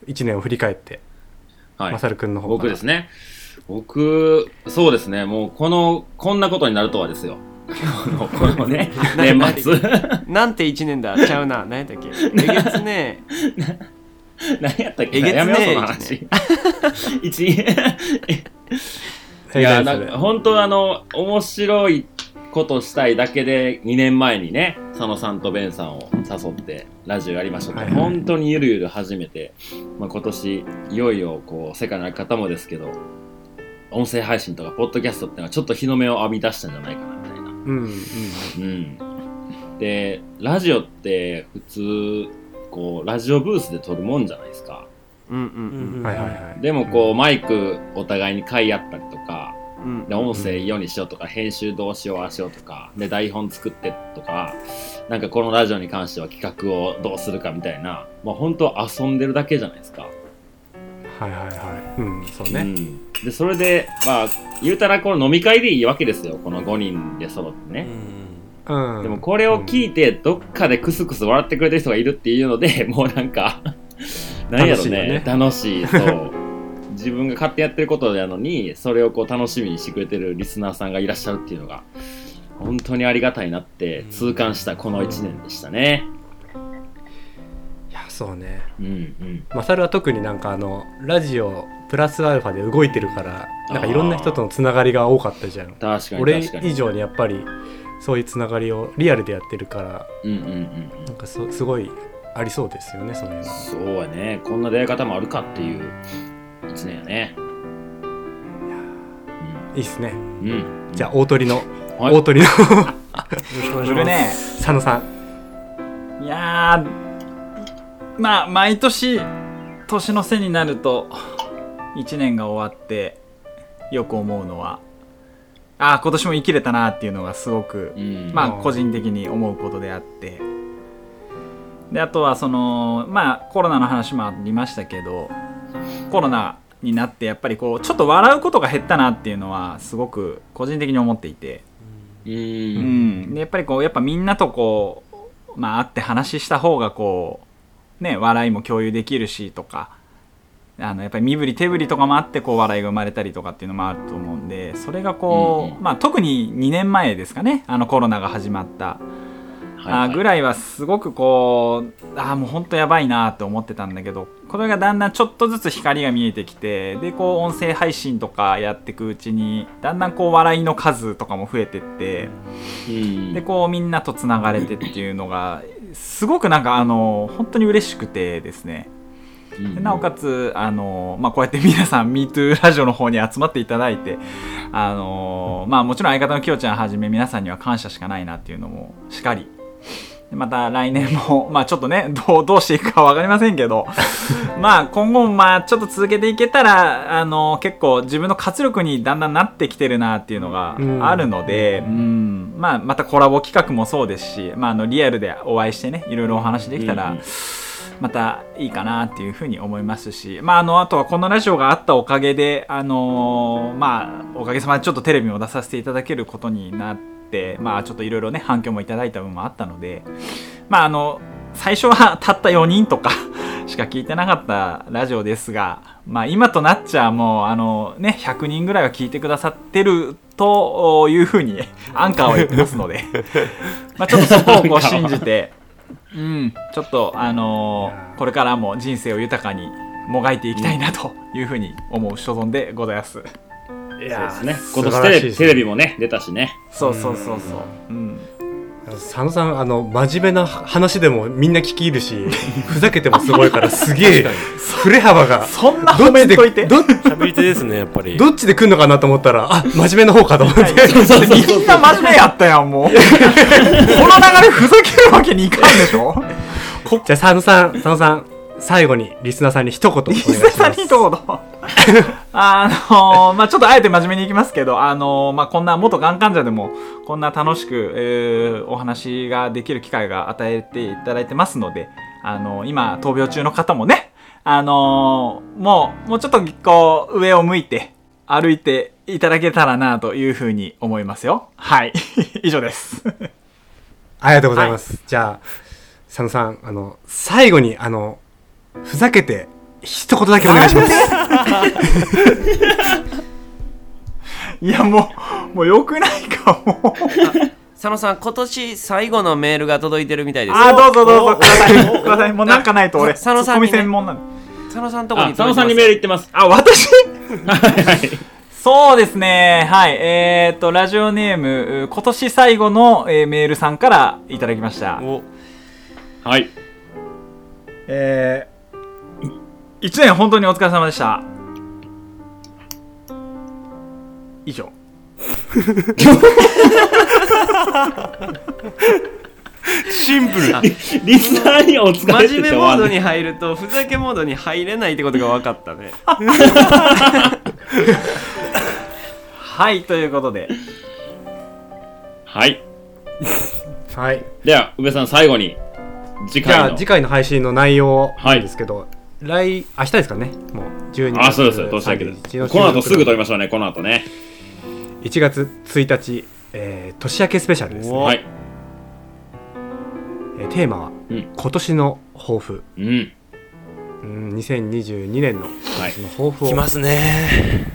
Speaker 4: 一年を振り返って、
Speaker 1: はい
Speaker 4: マ。サルくんの方
Speaker 1: 僕ですね。僕、そうですね。もう、この、こんなことになるとは ですよ。このこのね、
Speaker 2: 何
Speaker 1: 年末。
Speaker 2: なんて1年だちゃうな何やったっけえげつね
Speaker 1: 何やったっけ
Speaker 2: えげつねえ
Speaker 1: やめよう、その話。 一、い
Speaker 4: い
Speaker 1: や
Speaker 4: や
Speaker 1: なんか本当あの面白いことしたいだけで2年前にね佐野さんとベンさんを誘ってラジオやりましょうって、
Speaker 4: はいはい
Speaker 1: 本当にゆるゆる始めて、まあ、今年いよいよこう世界の中もですけど音声配信とかポッドキャストってのはちょっと日の目を浴び出したんじゃないかなみたいな。
Speaker 4: うんうん
Speaker 1: うん、でラジオって普通こうラジオブースで撮るもんじゃないですか。
Speaker 2: えうんうん
Speaker 4: はいはいはい
Speaker 1: でもこうマイクお互いに買い合ったりとか
Speaker 2: うんうん
Speaker 1: で音声ようにしようとか、編集どうしようああしようとかで台本作ってとかなんかこのラジオに関しては企画をどうするかみたいな、まあ、本当遊んでるだけじゃないですか、
Speaker 4: はいはいはいうんそう
Speaker 1: う
Speaker 4: ね
Speaker 1: ん、でそれでまあ言うたらこの飲み会でいいわけですよこの5人で揃ってね、
Speaker 4: うん、
Speaker 1: でもこれを聞いてどっかでクスクス笑ってくれてる人がいるっていうので もうなんか何やろね楽しいそう 自分が勝手やってることなのにそれをこう楽しみにしてくれてるリスナーさんがいらっしゃるっていうのが本当にありがたいなって痛感したこの1年でしたね
Speaker 4: いやそうね
Speaker 1: うんうん
Speaker 4: マサルは特になんかあのラジオプラスアルファで動いてるからなんかいろんな人とのつながりが多かったじゃん
Speaker 1: 確かに
Speaker 4: 俺
Speaker 1: 確かに
Speaker 4: 以上にやっぱりそういうつながりをリアルでやってるから
Speaker 1: うんうんうん
Speaker 4: なんかそすごいありそうですよねそういうの
Speaker 1: そうやねこんな出会い方もあるかっていう1年やね
Speaker 4: いいっすね
Speaker 1: うん、うん、
Speaker 4: じゃあ大鳥の、
Speaker 1: はい
Speaker 4: 大鳥の
Speaker 6: 俺ね
Speaker 4: 佐野さん
Speaker 6: いやーまあ毎年年の瀬になると1年が終わってよく思うのはああ今年も生きれたなっていうのがすごく、
Speaker 1: うん。
Speaker 6: まあ
Speaker 4: うん
Speaker 6: 個人的に思うことであってであとはそのまあコロナの話もありましたけどコロナになってやっぱりこうちょっと笑うことが減ったなっていうのはすごく個人的に思っていて、
Speaker 1: う。
Speaker 6: うんん、でやっぱりこうやっぱみんなとこう、まあ、会って話した方がこうね笑いも共有できるしとかあのやっぱり身振り手振りとかもあってこう笑いが生まれたりとかっていうのもあると思うんでそれがこう、
Speaker 1: うんうん
Speaker 6: まあ、特に2年前ですかねあのコロナが始まった、あーぐ
Speaker 1: らい。
Speaker 6: らいはすごくこうあーもう本当やばいなと思ってたんだけどこれがだんだんちょっとずつ光が見えてきてでこう音声配信とかやっていくうちにだんだんこう笑いの数とかも増えてって。
Speaker 1: うん
Speaker 6: でこうみんなとつながれてっていうのがすごくなんかあの本当に嬉しくてですねでなおかつあの、まあ、こうやって皆さん MeToo ラジオの方に集まっていただいてあの、まあ、もちろん相方のきよちゃんはじめ皆さんには感謝しかないなっていうのもしっかりでまた来年も、 まあ、ちょっとねどうどうしていくか分かりませんけど まあ今後もまあちょっと続けていけたらあの結構自分の活力にだんだんなってきてるなっていうのが
Speaker 4: うん
Speaker 6: あるので、うんまあ、またコラボ企画もそうですし、まあ、あのリアルでお会いしてねいろいろお話できたら。
Speaker 1: うん
Speaker 6: またいいかなっていうふうに思いますし、まあ、あのあとはこのラジオがあったおかげで、あのーまあ、おかげさまでちょっとテレビも出させていただけることになって、まあ、ちょっといろいろね反響もいただいた分もあったので、まあ、あの最初はたった4人とか しか聞いてなかったラジオですが、まあ、今となっちゃもうあの、ね、100人ぐらいは聞いてくださってるというふうにアンカーは言ってますのでまあちょっとそこをこう信じて。うん、ちょっとあのーこれからも人生を豊かにもがいていきたいなというふうに思う所存でございます。
Speaker 4: い
Speaker 1: そう
Speaker 4: や
Speaker 1: ですね。
Speaker 4: 素
Speaker 1: 今
Speaker 4: 晴
Speaker 1: 年テ
Speaker 4: ら
Speaker 1: レ
Speaker 4: しいで
Speaker 1: ビ
Speaker 4: す
Speaker 1: テレビもね、出たしね。
Speaker 6: そうそうそうそう。うん。
Speaker 4: 佐野さんあの真面目な話でもみんな聞き入るしふざけてもすごいからすげえ振れ幅が
Speaker 6: そんな
Speaker 4: ど
Speaker 6: 褒
Speaker 4: っち
Speaker 6: め
Speaker 4: で
Speaker 6: といて。
Speaker 4: ど
Speaker 3: 喋り手ですねやっぱり
Speaker 4: どっちで来るのかなと思ったらあ真面目の方かと思って
Speaker 6: みんな真面目やったやん もうこの流れふざけるわけにいかんでしょ
Speaker 4: じゃあ佐野さん佐野さん最後にリスナーさんに一言お願いし
Speaker 6: 伊
Speaker 4: ま
Speaker 6: 勢
Speaker 4: す
Speaker 6: さんにどうぞあのーまあちょっとあえて真面目にいきますけど、あのーまあこんな元がん患者でも、こんな楽しく、えーお話ができる機会が与えていただいてますので、あのー今、闘病中の方もね、あのーもう、もうちょっとこう、上を向いて、歩いていただけたらなというふうに思いますよ。はい。以上です。
Speaker 4: ありがとうございます、じゃあ佐野さんあの最後にあのふざけて一言だけお願いします
Speaker 6: いや、もう、もう良くないか、もう。
Speaker 2: 佐野さん今年最後のメールが届いてるみたいです
Speaker 6: あー、どうぞどうぞ、ください。ください。もうなんかないと俺、
Speaker 2: 佐野さんにね
Speaker 6: ツッコミ専門なんで。
Speaker 2: 佐野さんとこ
Speaker 1: あ、
Speaker 2: に
Speaker 1: 佐野さんにメール行ってます。
Speaker 6: あ、私
Speaker 1: はいはい。
Speaker 6: そうですね。はい。えーっと、ラジオネーム、う今年最後の、えーメールさんからいただきました。
Speaker 3: お
Speaker 1: はい。
Speaker 6: えー、1年本当にお疲れ様でした。以上。
Speaker 3: シンプル
Speaker 1: リスナーにお疲れって言
Speaker 2: 真面
Speaker 1: って
Speaker 2: 目
Speaker 1: 終
Speaker 2: モ
Speaker 1: わ
Speaker 2: ー
Speaker 1: ん
Speaker 2: ド
Speaker 1: ね
Speaker 2: に入るとふざけモードに入れないってことが分かったね
Speaker 6: はい、ということで。
Speaker 1: はい。
Speaker 4: はい
Speaker 1: では、宇部さん、最後に、次
Speaker 4: じゃ
Speaker 1: 回
Speaker 4: あ
Speaker 1: の
Speaker 4: 次。回の配信の内容なんですけど、来明日ですかねもう12月
Speaker 1: あ、そうです。どうしたけど。この後すぐ撮りましょうね、この後ね。
Speaker 4: 1月1日、えー年明けスペシャルですね、
Speaker 1: はい。
Speaker 4: えーテーマは、
Speaker 1: うん
Speaker 4: 今年の抱負
Speaker 1: うん。
Speaker 4: うん2022年の今年の抱負を、
Speaker 3: きますね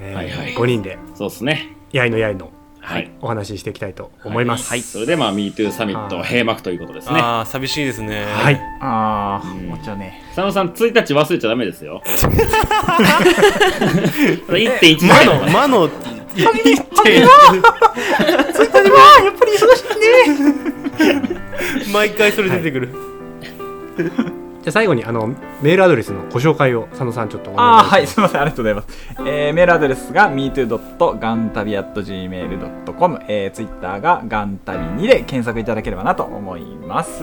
Speaker 4: えー
Speaker 1: はいはい
Speaker 4: 5人で
Speaker 1: そうっすね。
Speaker 4: やいのやいの
Speaker 1: はい。
Speaker 4: お話ししていきたいと思います
Speaker 1: はい。それで、まあ、MeToo サミット
Speaker 4: はい
Speaker 1: 閉幕ということですね。
Speaker 3: ああ寂しいですね
Speaker 4: はい、
Speaker 6: あー、
Speaker 1: うん
Speaker 6: もうちょね。
Speaker 1: 佐野さん、1日忘れちゃダメですよ。1.1
Speaker 3: 魔
Speaker 1: 回
Speaker 3: の魔の
Speaker 6: やっぱり忙しいね。
Speaker 3: 毎回それ出てくる
Speaker 4: じゃあ最後にあのメールアドレスのご紹介を佐野さんちょっとお願
Speaker 6: あー、
Speaker 4: いします
Speaker 6: はい、すみません。ありがとうございます。えーメールアドレスが metoo.gantabi.gmail.com、えー、ツイッターが gantabi2 で検索いただければなと思います。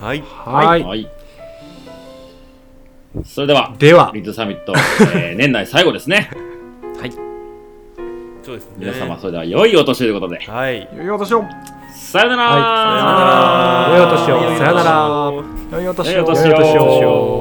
Speaker 3: はい
Speaker 4: はい、
Speaker 1: はい。それでは、
Speaker 4: では
Speaker 1: リッドサミット、 えー年内最後ですね。
Speaker 3: そうですね
Speaker 1: 皆様、それでは良いお年ということで、
Speaker 3: はい
Speaker 6: 良いお年を
Speaker 1: さよなら、
Speaker 4: はいさよなら良いお年をさよなら
Speaker 1: 良
Speaker 6: 良いお
Speaker 1: いお
Speaker 6: 年を
Speaker 1: 年を
Speaker 4: 良いお年を